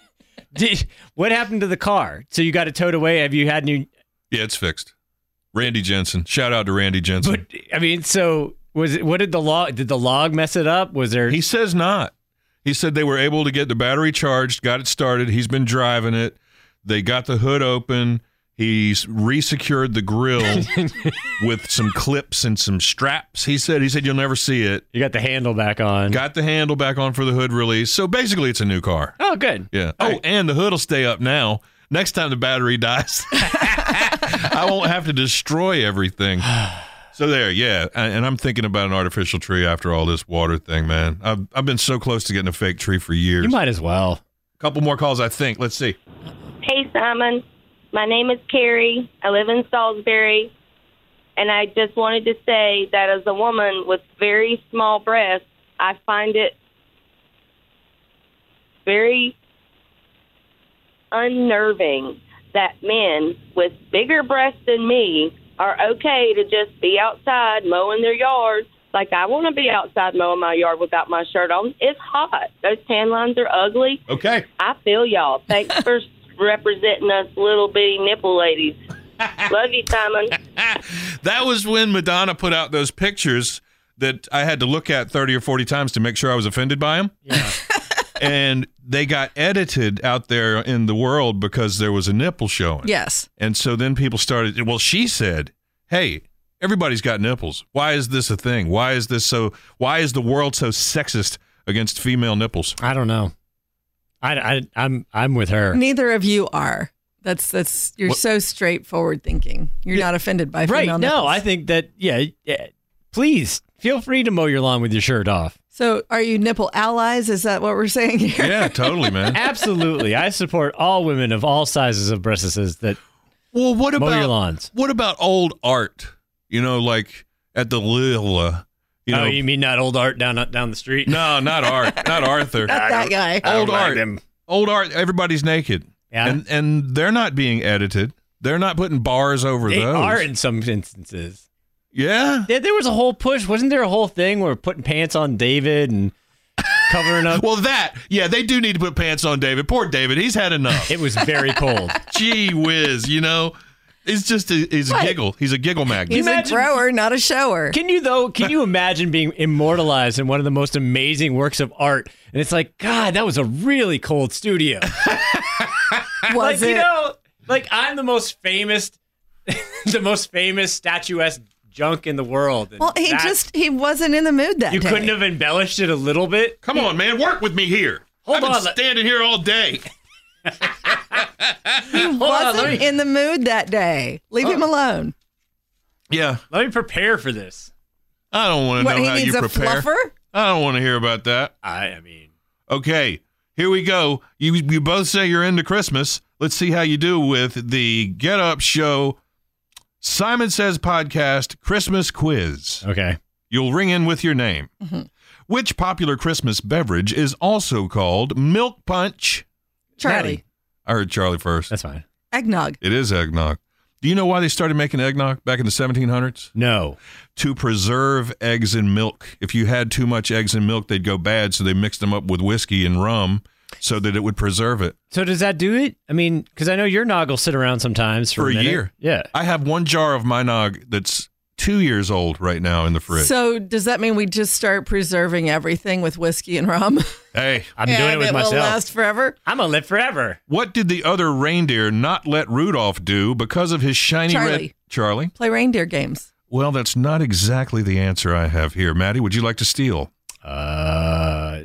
[SPEAKER 3] did, what happened to the car? So you got it towed away? Have you had new?
[SPEAKER 4] yeah, it's fixed. Randy Jensen. Shout out to Randy Jensen.
[SPEAKER 3] But I mean, so was it? What did the log? Did the log mess it up? Was there? [LAUGHS]
[SPEAKER 4] He says not. He said they were able to get the battery charged, got it started. He's been driving it. They got the hood open. He's resecured the grill
[SPEAKER 5] [LAUGHS]
[SPEAKER 4] with some clips and some straps. He said he said you'll never see it.
[SPEAKER 3] you got the handle back on.
[SPEAKER 4] Got the handle back on for the hood release. So basically it's a new car.
[SPEAKER 3] oh, good.
[SPEAKER 4] Yeah. oh, and the hood'll stay up now. Next time the battery dies, [LAUGHS] I won't have to destroy everything. So there, yeah. A- And I'm thinking about an artificial tree after all this water thing, man. I've I've been so close to getting a fake tree for years.
[SPEAKER 3] You might as well.
[SPEAKER 4] Couple more calls, I think. Let's see.
[SPEAKER 10] Hey, Simon. My name is Carrie. I live in Salisbury. And I just wanted to say that as a woman with very small breasts, I find it very unnerving that men with bigger breasts than me are okay to just be outside mowing their yard. Like, I want to be outside mowing my yard without my shirt on. It's hot. Those tan lines are ugly.
[SPEAKER 4] Okay.
[SPEAKER 10] I feel y'all. Thanks for representing us little bitty nipple ladies. Love you, Simon.
[SPEAKER 4] That was when Madonna put out those pictures that I had to look at 30 or 40 times to make sure I was offended by them.
[SPEAKER 3] Yeah.
[SPEAKER 4] [LAUGHS] and they got edited out there in the world because there was a nipple showing.
[SPEAKER 5] Yes.
[SPEAKER 4] And so then people started, well, she said, hey, everybody's got nipples. Why is this a thing? Why is this so, why is the world so sexist against
[SPEAKER 3] [LAUGHS]
[SPEAKER 4] female nipples?
[SPEAKER 3] I don't know. I, I I'm I'm with her.
[SPEAKER 5] Neither of you are. That's that's you're
[SPEAKER 4] What-
[SPEAKER 5] so straightforward thinking. You're not offended by
[SPEAKER 3] right
[SPEAKER 5] female
[SPEAKER 3] no
[SPEAKER 5] nipples.
[SPEAKER 3] i think that yeah, yeah please feel free to mow your lawn with your shirt off
[SPEAKER 5] so are you nipple allies? Is that what we're saying here?
[SPEAKER 4] Yeah, totally, man.
[SPEAKER 3] absolutely i support all women of all sizes of breasts that
[SPEAKER 4] Well, what
[SPEAKER 3] Mow
[SPEAKER 4] about
[SPEAKER 3] your lawns.
[SPEAKER 4] what about old art? You know, like at the Lila. You
[SPEAKER 3] you
[SPEAKER 4] know,
[SPEAKER 3] oh you mean not old art down down the street
[SPEAKER 4] no, not art, not Arthur.
[SPEAKER 5] Not that guy.
[SPEAKER 4] old art. Old art. Everybody's naked.
[SPEAKER 3] Yeah.
[SPEAKER 4] And and they're not being edited. They're not putting bars over
[SPEAKER 3] they
[SPEAKER 4] those.
[SPEAKER 3] are in some instances
[SPEAKER 4] Yeah.
[SPEAKER 3] there, there was a whole push wasn't there a whole thing where putting pants on david and covering up
[SPEAKER 4] Well, that yeah, they do need to put pants on David. Poor David. He's had enough.
[SPEAKER 5] [LAUGHS]
[SPEAKER 3] it was very cold
[SPEAKER 4] Gee whiz. You know, it's just a, he's a giggle. He's a giggle magnet.
[SPEAKER 5] He's
[SPEAKER 3] Imagine-
[SPEAKER 5] a grower, not a shower.
[SPEAKER 3] Can you though? Can you imagine being immortalized in one of the most amazing works of art? And it's like, God, that was a really cold studio. like
[SPEAKER 5] Was
[SPEAKER 3] you
[SPEAKER 5] it?
[SPEAKER 3] know, like I'm the most famous, [LAUGHS] the most famous statuesque junk in the world. And
[SPEAKER 5] well, he
[SPEAKER 3] that-
[SPEAKER 5] just he wasn't in the mood that
[SPEAKER 3] you
[SPEAKER 5] day.
[SPEAKER 3] couldn't have embellished it a little bit.
[SPEAKER 4] Come on, man. Work with me here.
[SPEAKER 3] Hold
[SPEAKER 4] I've been
[SPEAKER 3] on, let-
[SPEAKER 4] standing here all
[SPEAKER 5] [LAUGHS]
[SPEAKER 4] day.
[SPEAKER 3] [LAUGHS]
[SPEAKER 5] He
[SPEAKER 3] on, let
[SPEAKER 5] wasn't
[SPEAKER 3] me- Oh.
[SPEAKER 5] in the mood that day. Leave him alone.
[SPEAKER 4] Yeah.
[SPEAKER 3] Let me prepare for this.
[SPEAKER 4] I don't want to
[SPEAKER 5] What
[SPEAKER 4] know
[SPEAKER 5] he
[SPEAKER 4] how you
[SPEAKER 5] needs a
[SPEAKER 4] prepare.
[SPEAKER 5] fluffer?
[SPEAKER 4] I don't want to hear about that.
[SPEAKER 3] I, I mean,
[SPEAKER 4] Okay, here we go. You you both say you're into Christmas. Let's see how you do with the Get Up Show Simon Says podcast Christmas quiz.
[SPEAKER 3] okay.
[SPEAKER 4] You'll ring in with your name. Which popular Christmas beverage is also called milk punch?
[SPEAKER 5] Charlie.
[SPEAKER 3] Natty.
[SPEAKER 4] I heard Charlie first.
[SPEAKER 3] That's fine.
[SPEAKER 5] Eggnog.
[SPEAKER 4] It is eggnog. Do you know why they started making eggnog back in the 1700s?
[SPEAKER 3] No.
[SPEAKER 4] To preserve eggs and milk. If you had too much eggs and milk, they'd go bad. So they mixed them up with whiskey and rum so that it would preserve it.
[SPEAKER 3] So does that do it? I mean, because I know your nog will sit around sometimes for,
[SPEAKER 4] For a
[SPEAKER 3] minute.
[SPEAKER 4] year.
[SPEAKER 3] Yeah.
[SPEAKER 4] I have one jar of my nog that's two years old right now in the fridge.
[SPEAKER 5] So does that mean we just start preserving everything with whiskey and rum?
[SPEAKER 4] hey,
[SPEAKER 3] I'm doing it
[SPEAKER 5] And
[SPEAKER 3] with
[SPEAKER 5] it
[SPEAKER 3] myself.
[SPEAKER 5] Will last forever.
[SPEAKER 3] I'm gonna live forever.
[SPEAKER 4] What did the other reindeer not let Rudolph do because of his shiny red
[SPEAKER 5] Charlie.
[SPEAKER 4] Charlie?
[SPEAKER 5] Play reindeer games.
[SPEAKER 4] Well, that's not exactly the answer I have here. Maddie, would you like to steal?
[SPEAKER 3] Uh,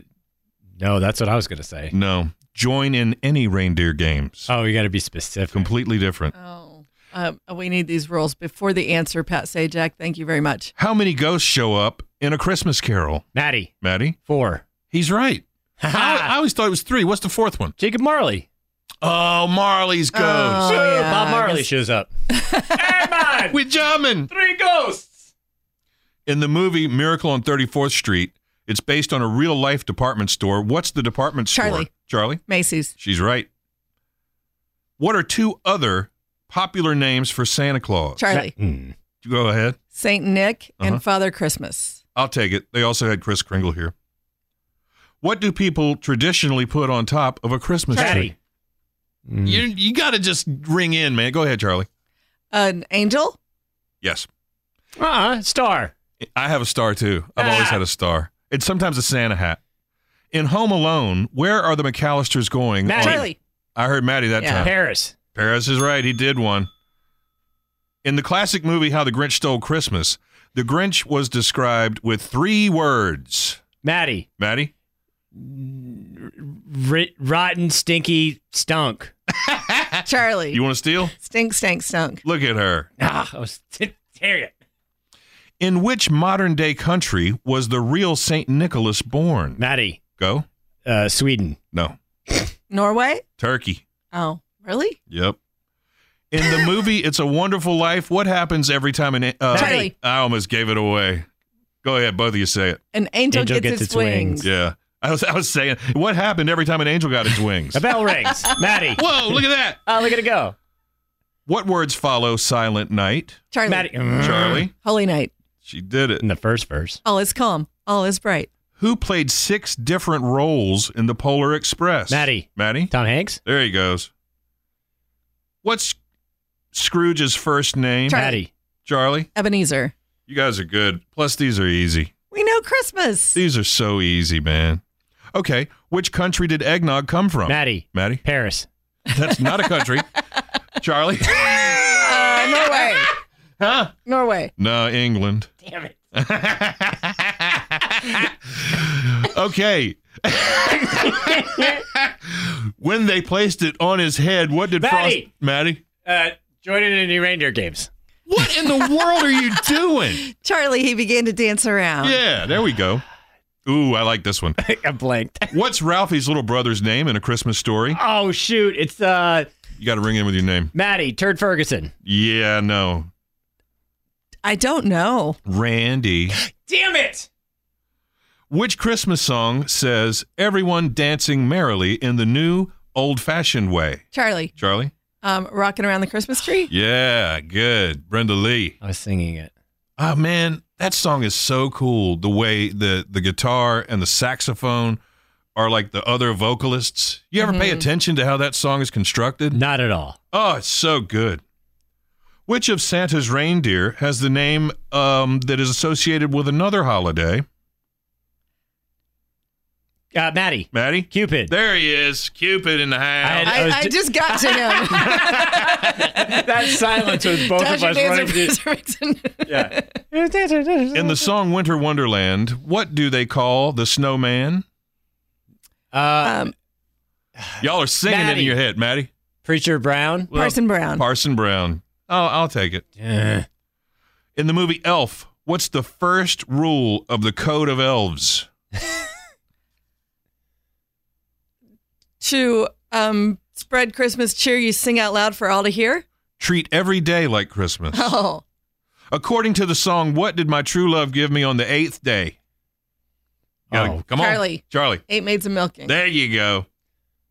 [SPEAKER 3] no, that's what I was gonna say.
[SPEAKER 4] No. Join in any reindeer games.
[SPEAKER 3] Oh, you got to be specific.
[SPEAKER 4] Completely different.
[SPEAKER 5] Oh, um, we need these rules before the answer, Pat Sajak. Thank you very much.
[SPEAKER 4] How many ghosts show up in a Christmas carol?
[SPEAKER 3] Maddie,
[SPEAKER 4] Maddie?
[SPEAKER 3] [LAUGHS] four.
[SPEAKER 4] He's [LAUGHS] right. I, I always thought it was three. What's the fourth one?
[SPEAKER 3] [LAUGHS] Jacob Marley.
[SPEAKER 4] Oh, Marley's ghost.
[SPEAKER 5] Oh, yeah,
[SPEAKER 3] Bob
[SPEAKER 5] I
[SPEAKER 3] Marley
[SPEAKER 5] guess-
[SPEAKER 3] shows
[SPEAKER 5] [LAUGHS]
[SPEAKER 3] up.
[SPEAKER 4] we jamming.
[SPEAKER 3] Three ghosts.
[SPEAKER 4] In the movie Miracle on 34th Street, it's based on a real life department store. What's the department store?
[SPEAKER 5] Charlie.
[SPEAKER 4] Charlie?
[SPEAKER 5] Macy's.
[SPEAKER 4] She's right. What are two other popular names for Santa Claus?
[SPEAKER 5] Charlie.
[SPEAKER 4] Hmm.
[SPEAKER 3] Mm.
[SPEAKER 4] Go ahead.
[SPEAKER 5] Saint Nick
[SPEAKER 4] Uh-huh.
[SPEAKER 5] and Father Christmas.
[SPEAKER 4] I'll take it. They also had Chris Kringle here. What do people traditionally put on top of a Christmas tree?
[SPEAKER 3] Maddie. Mm.
[SPEAKER 4] You you got to just ring in, man. Go ahead, Charlie.
[SPEAKER 5] An angel.
[SPEAKER 4] Yes.
[SPEAKER 3] Uh-uh, star.
[SPEAKER 4] I have a star too. I've always
[SPEAKER 3] Ah.
[SPEAKER 4] had a star. It's sometimes a Santa hat. In Home Alone, where are the McAllisters going?
[SPEAKER 3] Maddie.
[SPEAKER 4] on-
[SPEAKER 5] Charlie.
[SPEAKER 4] I heard Maddie that
[SPEAKER 5] Yeah.
[SPEAKER 4] time.
[SPEAKER 3] Paris.
[SPEAKER 4] Paris is right. He did one. In the classic movie How the Grinch Stole Christmas, the Grinch was described with three words.
[SPEAKER 3] Maddie.
[SPEAKER 4] Maddie?
[SPEAKER 3] R- rotten, stinky, stunk.
[SPEAKER 5] Charlie.
[SPEAKER 4] You want to steal?
[SPEAKER 5] stink, stank, stunk.
[SPEAKER 4] Look at her.
[SPEAKER 3] Ah, I was [LAUGHS] tear it.
[SPEAKER 4] In which modern day country was the real St. Nicholas born?
[SPEAKER 3] Maddie.
[SPEAKER 4] Go?
[SPEAKER 3] Uh, Sweden.
[SPEAKER 4] No.
[SPEAKER 5] Norway.
[SPEAKER 4] Turkey.
[SPEAKER 5] Oh, really?
[SPEAKER 4] Yep. In the movie It's a Wonderful Life, what happens every time an. Uh,
[SPEAKER 5] Charlie.
[SPEAKER 4] I almost gave it away. Go ahead. Both of you say it.
[SPEAKER 5] An angel, gets, its, wings.
[SPEAKER 4] Yeah. I was, I was saying, what happened every time an angel got its
[SPEAKER 5] [LAUGHS]
[SPEAKER 4] wings?
[SPEAKER 3] A bell rings. Maddie.
[SPEAKER 4] Whoa, look at that.
[SPEAKER 3] Oh, look at it go.
[SPEAKER 4] What words follow Silent Night?
[SPEAKER 5] Charlie.
[SPEAKER 3] Maddie. Mm.
[SPEAKER 4] Charlie.
[SPEAKER 5] Holy night.
[SPEAKER 4] She did it.
[SPEAKER 3] In the first verse.
[SPEAKER 5] All is calm. All is bright.
[SPEAKER 4] Who played six different roles in the Polar Express?
[SPEAKER 3] Maddie.
[SPEAKER 4] Maddie?
[SPEAKER 3] Tom Hanks.
[SPEAKER 4] There he goes. What's Scrooge's first name?
[SPEAKER 5] Charlie.
[SPEAKER 3] Maddie.
[SPEAKER 4] Charlie?
[SPEAKER 5] Ebenezer.
[SPEAKER 4] You guys are good. Plus, these are easy.
[SPEAKER 5] We know Christmas.
[SPEAKER 4] These are so easy, man. Okay, which country did eggnog come from?
[SPEAKER 3] Maddie.
[SPEAKER 4] Maddie?
[SPEAKER 3] Paris.
[SPEAKER 4] That's not a
[SPEAKER 3] [LAUGHS]
[SPEAKER 4] country. Charlie? [LAUGHS]
[SPEAKER 5] Uh, Norway.
[SPEAKER 4] Huh?
[SPEAKER 5] Norway.
[SPEAKER 4] No, England.
[SPEAKER 3] [LAUGHS] Damn it.
[SPEAKER 4] Okay. when they placed it on his head, what did
[SPEAKER 3] Maddie.
[SPEAKER 4] Frost Maddie?
[SPEAKER 3] Uh, join in any reindeer games. [LAUGHS]
[SPEAKER 4] What in the world are you doing?
[SPEAKER 5] Charlie, he began to dance around.
[SPEAKER 4] [LAUGHS] Yeah, there we go. Ooh, I like this one.
[SPEAKER 3] I blanked.
[SPEAKER 4] What's Ralphie's little brother's name in a Christmas story?
[SPEAKER 3] Oh shoot! It's uh
[SPEAKER 4] You got to ring in with your name.
[SPEAKER 3] Maddie Turd Ferguson.
[SPEAKER 4] Yeah, no.
[SPEAKER 5] I don't know.
[SPEAKER 4] Randy.
[SPEAKER 3] Damn it!
[SPEAKER 4] Which Christmas song says everyone dancing merrily in the new old fashioned way?
[SPEAKER 5] Charlie,
[SPEAKER 4] Charlie?
[SPEAKER 5] um, rocking around the Christmas tree.
[SPEAKER 4] Yeah, good. Brenda Lee.
[SPEAKER 3] I was singing it.
[SPEAKER 4] Oh man, that song is so cool. The way the the guitar and the saxophone are like the other vocalists. You ever
[SPEAKER 3] Mm-hmm.
[SPEAKER 4] pay attention to how that song is constructed?
[SPEAKER 3] Not at all.
[SPEAKER 4] Oh, it's so good. Which of Santa's reindeer has the name um, that is associated with another holiday?
[SPEAKER 3] Uh, Maddie
[SPEAKER 4] Maddie?
[SPEAKER 3] Cupid.
[SPEAKER 4] There he is, Cupid in the house.
[SPEAKER 3] I
[SPEAKER 5] I,
[SPEAKER 3] was
[SPEAKER 5] I
[SPEAKER 3] ju-
[SPEAKER 5] just got to him.
[SPEAKER 3] [LAUGHS] that silence was both
[SPEAKER 5] Dasher,
[SPEAKER 3] of us
[SPEAKER 5] Dancer,
[SPEAKER 3] running. through-
[SPEAKER 5] Preservation.
[SPEAKER 3] Yeah.
[SPEAKER 4] in the song Winter Wonderland, what do they call the snowman?
[SPEAKER 3] Uh,
[SPEAKER 5] um,
[SPEAKER 4] Y'all are singing it
[SPEAKER 3] Maddie.
[SPEAKER 4] in your head, Maddie.
[SPEAKER 3] Preacher Brown.
[SPEAKER 4] Well,
[SPEAKER 5] Parson Brown.
[SPEAKER 4] Parson Brown. Oh, I'll take it.
[SPEAKER 3] Uh,
[SPEAKER 4] In the movie Elf, what's the first rule of the Code of Elves?
[SPEAKER 5] to um, spread Christmas cheer, you sing out loud for all to hear. [LAUGHS]
[SPEAKER 4] Treat every day like Christmas.
[SPEAKER 5] Oh,
[SPEAKER 4] According to the song, What Did My True Love Give Me on the Eighth Day? Gotta-
[SPEAKER 3] Oh.
[SPEAKER 4] come on.
[SPEAKER 5] Charlie.
[SPEAKER 4] Charlie.
[SPEAKER 5] eight maids of milking.
[SPEAKER 4] There you go.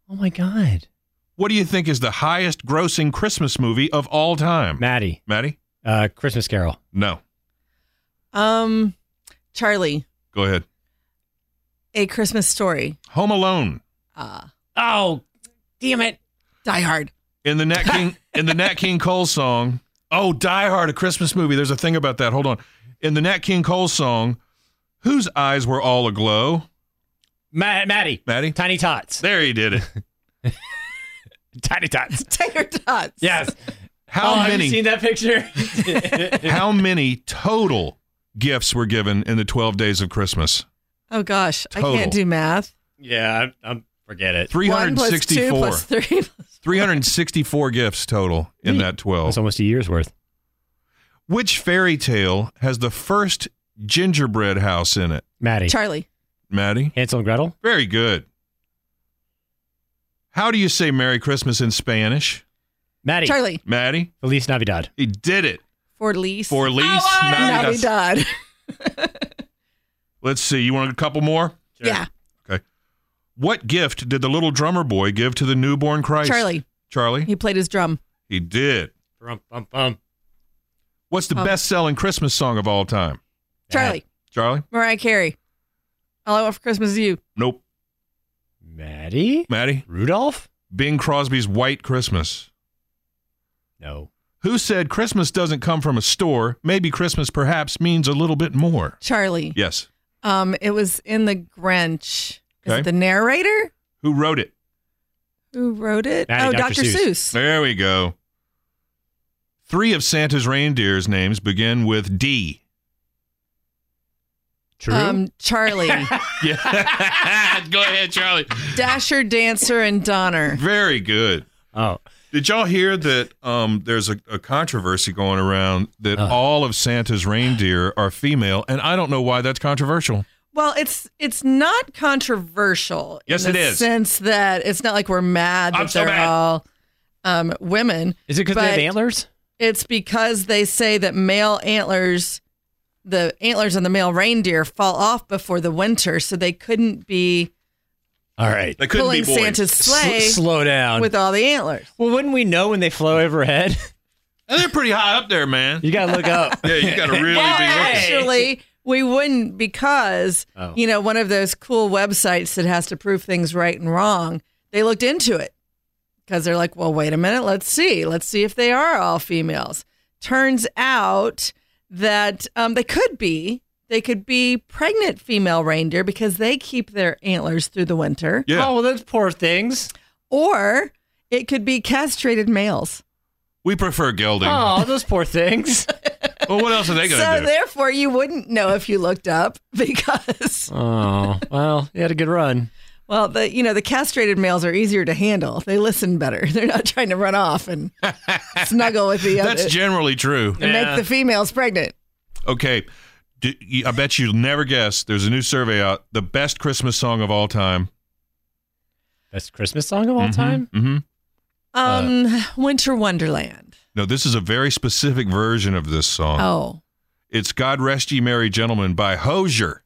[SPEAKER 3] oh my God.
[SPEAKER 4] What do you think is the highest grossing Christmas movie of all time?
[SPEAKER 3] Maddie.
[SPEAKER 4] Maddie?
[SPEAKER 3] Uh, Christmas Carol.
[SPEAKER 4] No.
[SPEAKER 5] Um, Charlie,
[SPEAKER 4] Go ahead.
[SPEAKER 5] A Christmas Story.
[SPEAKER 4] Home Alone.
[SPEAKER 5] Uh,
[SPEAKER 3] oh, damn it.
[SPEAKER 5] Die Hard. [LAUGHS]
[SPEAKER 4] In the Nat King in the Nat King Cole song. Oh, Die Hard, a Christmas movie. There's a thing about that. Hold on. In the Nat King Cole song, whose eyes were all aglow?
[SPEAKER 3] Ma- Maddie.
[SPEAKER 4] Maddie.
[SPEAKER 3] Tiny Tots.
[SPEAKER 4] There he did it.
[SPEAKER 3] [LAUGHS] [LAUGHS] Tiny Tots.
[SPEAKER 5] Tater Tots.
[SPEAKER 3] Yes.
[SPEAKER 4] How
[SPEAKER 3] Oh, Have
[SPEAKER 4] many?
[SPEAKER 3] you seen that picture? [LAUGHS]
[SPEAKER 4] How many total gifts were given in the 12 days of Christmas?
[SPEAKER 5] Oh gosh, I
[SPEAKER 4] Total.
[SPEAKER 5] can't do math.
[SPEAKER 3] yeah, I'm, I'm forget it.
[SPEAKER 5] One plus two
[SPEAKER 4] 364.
[SPEAKER 5] plus three.
[SPEAKER 4] 364 gifts total in that 12.
[SPEAKER 3] That's almost a year's worth.
[SPEAKER 4] Which fairy tale has the first gingerbread house in it?
[SPEAKER 3] Maddie.
[SPEAKER 5] Charlie.
[SPEAKER 4] Maddie?
[SPEAKER 3] Hansel and Gretel.
[SPEAKER 4] Very good. How do you say Merry Christmas in Spanish?
[SPEAKER 3] Maddie.
[SPEAKER 5] Charlie.
[SPEAKER 4] Maddie?
[SPEAKER 3] Feliz Navidad.
[SPEAKER 4] He did it.
[SPEAKER 5] For lease.
[SPEAKER 4] For Elise
[SPEAKER 5] Oh,
[SPEAKER 4] Navidad.
[SPEAKER 5] Navidad.
[SPEAKER 4] Let's see. You want a couple more?
[SPEAKER 5] [LAUGHS] Yeah.
[SPEAKER 4] Okay. What gift did the little drummer boy give to the newborn Christ?
[SPEAKER 5] Charlie.
[SPEAKER 4] Charlie?
[SPEAKER 5] He played his drum.
[SPEAKER 4] He did.
[SPEAKER 3] Brum, bum, bum.
[SPEAKER 4] What's the
[SPEAKER 5] Um,
[SPEAKER 4] best selling Christmas song of all time?
[SPEAKER 5] Charlie.
[SPEAKER 4] Charlie?
[SPEAKER 5] Mariah Carey. All I want for Christmas is you.
[SPEAKER 4] Nope.
[SPEAKER 3] Maddie.
[SPEAKER 4] Maddie?
[SPEAKER 3] Rudolph.
[SPEAKER 4] Bing Crosby's White Christmas.
[SPEAKER 3] No.
[SPEAKER 4] Who said Christmas doesn't come from a store? Maybe Christmas perhaps means a little bit more.
[SPEAKER 5] Charlie.
[SPEAKER 4] Yes.
[SPEAKER 5] Um, it was in the Grinch. Is
[SPEAKER 4] Okay.
[SPEAKER 5] it the narrator
[SPEAKER 4] Who wrote it?
[SPEAKER 5] who wrote it?
[SPEAKER 3] Maddie,
[SPEAKER 5] oh,
[SPEAKER 3] Dr.
[SPEAKER 5] Dr.
[SPEAKER 3] Seuss.
[SPEAKER 5] Seuss.
[SPEAKER 4] There we go. Three of Santa's reindeer's names begin with D.
[SPEAKER 3] True.
[SPEAKER 5] Um,
[SPEAKER 4] [LAUGHS]
[SPEAKER 5] Charlie,
[SPEAKER 4] Yeah. [LAUGHS] go ahead, Charlie.
[SPEAKER 5] Dasher, Dancer, and Donner.
[SPEAKER 4] Very good.
[SPEAKER 3] oh.
[SPEAKER 4] Did y'all hear that um, there's a, a controversy going around that
[SPEAKER 3] Uh.
[SPEAKER 4] all of Santa's reindeer are female, and I don't know why that's controversial.
[SPEAKER 5] Well, it's it's not controversial.
[SPEAKER 4] Yes,
[SPEAKER 5] in
[SPEAKER 4] it
[SPEAKER 5] the
[SPEAKER 4] is.
[SPEAKER 5] Since that it's not like we're mad that
[SPEAKER 4] I'm so
[SPEAKER 5] they're
[SPEAKER 4] mad.
[SPEAKER 5] all um, women.
[SPEAKER 3] Is it because they have
[SPEAKER 5] but
[SPEAKER 3] antlers?
[SPEAKER 5] It's because they say that male antlers, the antlers on the male reindeer fall off before the winter, so they couldn't be
[SPEAKER 3] All right.
[SPEAKER 4] They couldn't be
[SPEAKER 5] pulling
[SPEAKER 4] boys.
[SPEAKER 5] Santa's sleigh
[SPEAKER 3] Sl- slow down.
[SPEAKER 5] with all the antlers.
[SPEAKER 3] well, wouldn't we know when they flow overhead? [LAUGHS]
[SPEAKER 4] And they're pretty high up there, man.
[SPEAKER 3] you gotta look up.
[SPEAKER 4] Yeah, you [LAUGHS] got to really
[SPEAKER 5] Well,
[SPEAKER 4] be looking.
[SPEAKER 5] actually, we wouldn't because
[SPEAKER 3] Oh.
[SPEAKER 5] you know one of those cool websites that has to prove things right and wrong. They looked into it because they're like, well, wait a minute, let's see, let's see if they are all females. Turns out that um, they could be. They could be pregnant female reindeer because they keep their antlers through the winter,
[SPEAKER 4] Yeah.
[SPEAKER 3] Oh well, those poor things.
[SPEAKER 5] or it could be castrated males.
[SPEAKER 4] We prefer gelding.
[SPEAKER 3] Oh, those poor things.
[SPEAKER 4] Well, what else are they going to
[SPEAKER 5] So
[SPEAKER 4] do?
[SPEAKER 5] therefore, you wouldn't know if you looked up [LAUGHS] because
[SPEAKER 3] [LAUGHS] oh well, you had a good run.
[SPEAKER 5] Well, the you know the castrated males are easier to handle. They listen better. [LAUGHS] They're not trying to run off and snuggle with the
[SPEAKER 4] That's
[SPEAKER 5] other
[SPEAKER 4] generally true.
[SPEAKER 5] and
[SPEAKER 3] Yeah.
[SPEAKER 5] make the females pregnant.
[SPEAKER 4] Okay. Do, you- I bet you'll never guess. There's a new survey out. The best Christmas song of all time.
[SPEAKER 3] Best Christmas song of all time.
[SPEAKER 4] Mm-hmm.
[SPEAKER 5] Um,
[SPEAKER 3] Uh.
[SPEAKER 5] Winter Wonderland.
[SPEAKER 4] No, this is a very specific version of this song.
[SPEAKER 5] Oh,
[SPEAKER 4] It's God Rest Ye Merry Gentlemen by Hosier.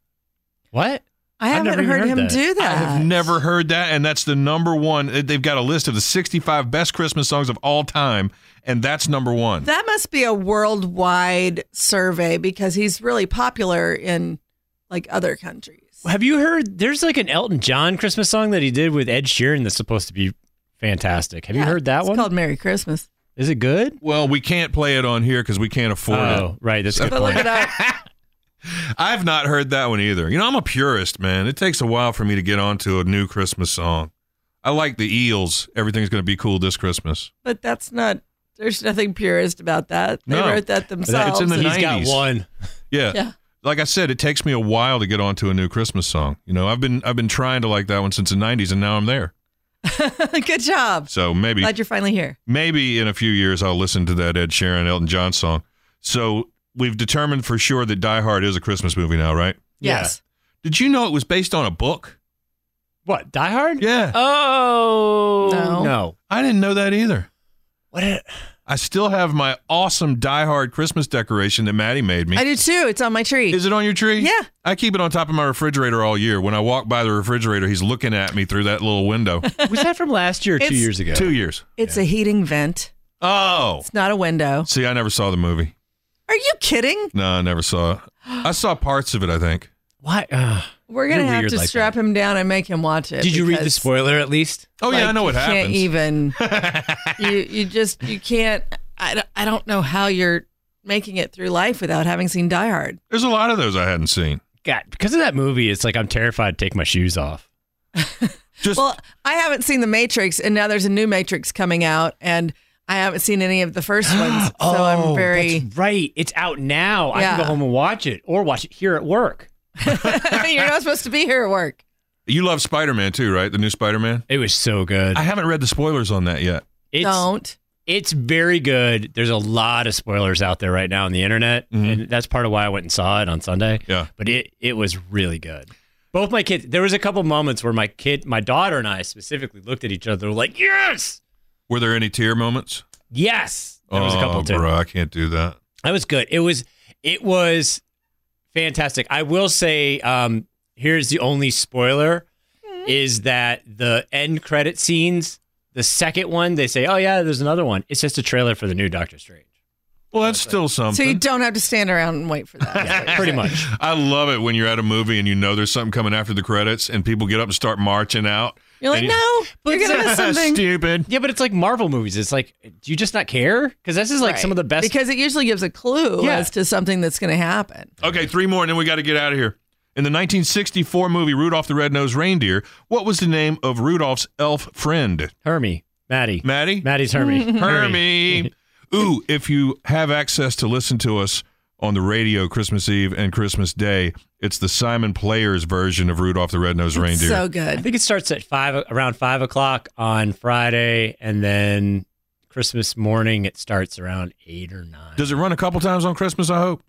[SPEAKER 3] What?
[SPEAKER 5] I
[SPEAKER 3] I've
[SPEAKER 5] haven't
[SPEAKER 3] never even
[SPEAKER 5] heard,
[SPEAKER 3] heard
[SPEAKER 5] him
[SPEAKER 3] that.
[SPEAKER 5] do
[SPEAKER 4] I
[SPEAKER 5] that.
[SPEAKER 4] have never heard that, and that's the number one. They've got a list of the 65 best Christmas songs of all time, and that's number one.
[SPEAKER 5] That must be a worldwide survey because he's really popular in like other countries.
[SPEAKER 3] Have you heard? There's like an Elton John Christmas song that he did with Ed Sheeran that's supposed to be fantastic. Have
[SPEAKER 5] Yeah,
[SPEAKER 3] you heard that
[SPEAKER 5] it's
[SPEAKER 3] one?
[SPEAKER 5] called Merry Christmas.
[SPEAKER 3] Is it good?
[SPEAKER 4] well, we can't play it on here because we can't afford
[SPEAKER 3] Oh, right. That's a good
[SPEAKER 5] But look
[SPEAKER 3] point.
[SPEAKER 5] it up.
[SPEAKER 4] it. I've not heard that one either. You know, I'm a purist, man. It takes a while for me to get onto a new Christmas song. I like the Eels. Everything's going to be cool this Christmas.
[SPEAKER 5] But that's not. There's nothing purist about that. They
[SPEAKER 4] No.
[SPEAKER 5] wrote that
[SPEAKER 4] It's
[SPEAKER 5] themselves.
[SPEAKER 4] in the
[SPEAKER 3] He's got
[SPEAKER 4] 90s.
[SPEAKER 3] one.
[SPEAKER 4] Yeah.
[SPEAKER 5] Yeah. [LAUGHS]
[SPEAKER 4] Like I said, it takes me a while to get onto a new Christmas song. You know, I've been I've been trying to like that one since the '90s, and now I'm there.
[SPEAKER 5] Good job.
[SPEAKER 4] So maybe
[SPEAKER 5] Glad you're finally here.
[SPEAKER 4] maybe in a few years I'll listen to that Ed Sheeran Elton John song. So we've determined for sure that Die Hard is a Christmas movie now, right?
[SPEAKER 3] Yeah.
[SPEAKER 5] Yes.
[SPEAKER 4] Did you know it was based on a book?
[SPEAKER 3] What? Die Hard?
[SPEAKER 4] Yeah,
[SPEAKER 3] Oh
[SPEAKER 5] No.
[SPEAKER 3] no.
[SPEAKER 4] I didn't know that either.
[SPEAKER 3] What? Did,
[SPEAKER 4] I still have my awesome Die Hard Christmas decoration that Maddie made me.
[SPEAKER 5] I do too. It's on my tree.
[SPEAKER 4] Is it on your tree?
[SPEAKER 5] Yeah.
[SPEAKER 4] I keep it on top of my refrigerator all year. When I walk by the refrigerator, he's looking at me through that little
[SPEAKER 5] [LAUGHS]
[SPEAKER 4] window.
[SPEAKER 3] Was that from last year or two
[SPEAKER 5] It's-
[SPEAKER 3] years ago?
[SPEAKER 4] Two years.
[SPEAKER 5] It's a heating vent.
[SPEAKER 4] Oh.
[SPEAKER 5] It's not a window.
[SPEAKER 4] See, I never saw the movie.
[SPEAKER 5] Are you kidding?
[SPEAKER 4] No, I never saw it. I saw parts of it, I think.
[SPEAKER 3] Why? Uh,
[SPEAKER 5] We're gonna
[SPEAKER 3] You're
[SPEAKER 5] have
[SPEAKER 3] weird
[SPEAKER 5] to
[SPEAKER 3] like
[SPEAKER 5] strap him down and make him watch it.
[SPEAKER 3] did you read the
[SPEAKER 5] because,
[SPEAKER 3] spoiler at least?
[SPEAKER 4] Oh, yeah, I
[SPEAKER 5] like,
[SPEAKER 4] know what
[SPEAKER 5] you Can't
[SPEAKER 4] happens.
[SPEAKER 3] [LAUGHS]
[SPEAKER 5] even. you you just you can't. I don't, I don't know how you're making it through life without having seen Die Hard.
[SPEAKER 4] There's a lot of those I hadn't seen.
[SPEAKER 3] God, because of that movie, it's like I'm terrified to take my shoes off.
[SPEAKER 4] Just
[SPEAKER 5] Well, I haven't seen the Matrix, and now there's a new Matrix coming out, and I haven't seen any of the first
[SPEAKER 3] [GASPS]
[SPEAKER 5] ones, so
[SPEAKER 3] [LAUGHS]
[SPEAKER 5] I'm very.
[SPEAKER 3] Oh, that's right. It's out now. I
[SPEAKER 5] Yeah.
[SPEAKER 3] can go home and watch it, or watch it here at work.
[SPEAKER 5] you're not supposed to be here at work.
[SPEAKER 4] you love Spider Man too, right? The new Spider Man?
[SPEAKER 3] It was so good.
[SPEAKER 4] I haven't read the spoilers on that yet.
[SPEAKER 3] It's
[SPEAKER 5] don't.
[SPEAKER 3] it's very good. There's a lot of spoilers out there right now on the internet, and that's part of why I went and saw it on Sunday.
[SPEAKER 4] Yeah.
[SPEAKER 3] but it it was really good. Both my kids. There was a couple moments where my kid, my daughter, and I specifically looked at each other. We're like, yes,
[SPEAKER 4] Were there any tear moments?
[SPEAKER 3] yes. There was
[SPEAKER 4] oh,
[SPEAKER 3] a couple too.
[SPEAKER 4] bro, I can't do that.
[SPEAKER 3] That was good. It was it was fantastic. I will say, um, here's the only spoiler is that the end credit scenes, the second one, they say, Oh yeah, there's another one. It's just a trailer for the new Doctor Strange.
[SPEAKER 4] Well, that's still something.
[SPEAKER 5] So you don't have to stand around and wait for
[SPEAKER 3] [LAUGHS]
[SPEAKER 5] that.
[SPEAKER 3] Yeah, pretty much.
[SPEAKER 4] I love it when you're at a movie and you know there's something coming after the credits and people get up and start marching out.
[SPEAKER 5] You're like,
[SPEAKER 4] And
[SPEAKER 5] no,
[SPEAKER 3] But
[SPEAKER 5] you're
[SPEAKER 3] [LAUGHS]
[SPEAKER 4] [LAUGHS]
[SPEAKER 5] gonna miss something.
[SPEAKER 4] Stupid.
[SPEAKER 3] Yeah, but it's like Marvel movies. It's like, do you just not care? Because this is like some of the best
[SPEAKER 5] because it usually gives a clue
[SPEAKER 3] Yeah.
[SPEAKER 5] as to something that's going to happen.
[SPEAKER 4] Okay, three more and then we got to get out of here. In the 1964 movie Rudolph the Red-Nosed Reindeer, what was the name of Rudolph's elf friend?
[SPEAKER 3] Hermie. Maddie.
[SPEAKER 4] Maddie?
[SPEAKER 3] Maddie's Hermie.
[SPEAKER 4] Hermie. [LAUGHS] Ooh, if you have access to listen to us on the radio Christmas Eve and Christmas Day, it's the Simon Players version of Rudolph the Red-Nosed Reindeer.
[SPEAKER 5] So
[SPEAKER 3] I
[SPEAKER 5] good.
[SPEAKER 3] think it starts at five around five o'clock on Friday, and then Christmas morning it starts around eight or nine.
[SPEAKER 4] Does it run a couple times on Christmas, I hope?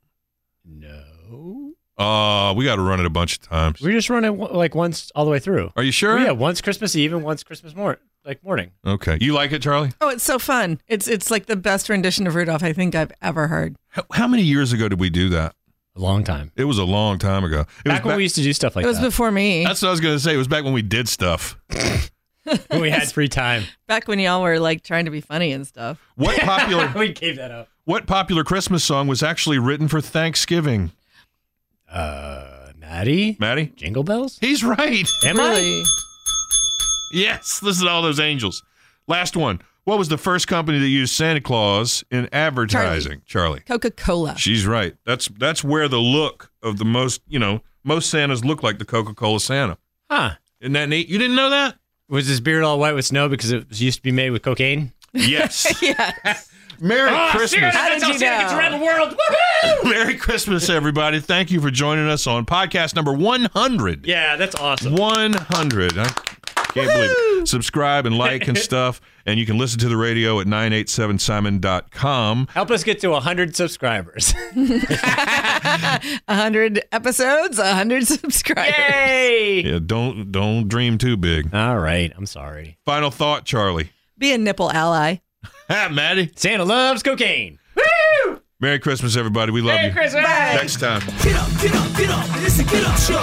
[SPEAKER 3] no,
[SPEAKER 4] Uh, we got to run it a bunch of times.
[SPEAKER 3] we just run it one- like once all the way through.
[SPEAKER 4] Are you sure?
[SPEAKER 3] Yeah, once Christmas Eve and once Christmas morning, like morning.
[SPEAKER 4] Okay. You like it, Charlie?
[SPEAKER 5] Oh, it's so fun. It's it's like the best rendition of Rudolph I think I've ever heard.
[SPEAKER 4] How, how many years ago did we do that?
[SPEAKER 3] A long time.
[SPEAKER 4] It was a long time ago. It
[SPEAKER 3] back
[SPEAKER 4] was
[SPEAKER 3] when we used to do stuff like
[SPEAKER 5] it was
[SPEAKER 3] that,
[SPEAKER 5] before me.
[SPEAKER 4] That's what I was going to say. It was back when we did stuff.
[SPEAKER 3] when we [LAUGHS] had free time.
[SPEAKER 5] Back when y'all were like trying to be funny and stuff.
[SPEAKER 4] What popular
[SPEAKER 3] [LAUGHS]
[SPEAKER 4] [LAUGHS]
[SPEAKER 3] we gave that up.
[SPEAKER 4] what popular Christmas song was actually written for Thanksgiving?
[SPEAKER 3] Uh, Maddie,
[SPEAKER 4] Maddie?
[SPEAKER 3] Jingle Bells.
[SPEAKER 4] He's right. [LAUGHS]
[SPEAKER 3] Am I?
[SPEAKER 5] really?
[SPEAKER 4] Yes, listen to all those angels. Last one. What was the first company that used Santa Claus in advertising? Charlie.
[SPEAKER 5] Coca Cola.
[SPEAKER 4] She's right. That's that's where the look of the most, you know, most Santas look like the Coca-Cola Santa.
[SPEAKER 3] Huh?
[SPEAKER 4] Isn't that neat? You didn't know that?
[SPEAKER 3] Was his beard all white with snow because it was used to be made with cocaine?
[SPEAKER 4] [LAUGHS] Yes.
[SPEAKER 5] Yes.
[SPEAKER 4] Merry
[SPEAKER 3] Ah,
[SPEAKER 4] Christmas.
[SPEAKER 5] How did you know?
[SPEAKER 3] the world. Woohoo!
[SPEAKER 4] Merry Christmas, everybody. Thank you for joining us on podcast number 100.
[SPEAKER 3] Yeah, that's awesome.
[SPEAKER 4] 100. I can't believe it. Subscribe and like and stuff. And you can listen to the radio at 987simon.com.
[SPEAKER 3] Help us get to 100 subscribers. [LAUGHS]
[SPEAKER 5] 100 episodes, 100 [LAUGHS] subscribers.
[SPEAKER 3] Yay!
[SPEAKER 4] Yeah, don't don't dream too big.
[SPEAKER 3] All right, I'm sorry.
[SPEAKER 4] Final thought, Charlie.
[SPEAKER 5] Be a nipple ally.
[SPEAKER 4] Ha, Maddie.
[SPEAKER 3] Santa loves cocaine.
[SPEAKER 4] Merry Christmas, everybody. We love you.
[SPEAKER 3] Christmas!
[SPEAKER 4] Next time.
[SPEAKER 2] Get up, get up, get up. It's a get up show.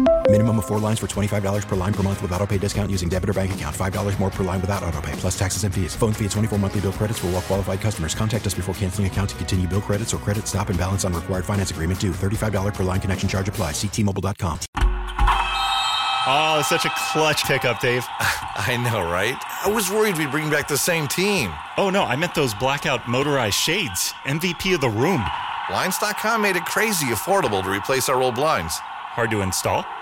[SPEAKER 11] Minimum of four lines for $25 per line per month with auto pay discount using debit or bank account. $5 more per line without auto pay, plus taxes and fees. Phone fee at 24 monthly bill credits for all qualified customers. Contact us before canceling account to continue bill credits or credit stop and balance on required finance agreement due. $35 per line connection charge applies. Ctmobile.com.
[SPEAKER 12] Oh, it's such a clutch pickup, Dave. I know, right? I was worried we'd bring back the same team. Oh, no, I meant those blackout motorized shades. MVP of the room. Blinds.com made it crazy affordable to replace our old blinds. Hard to install?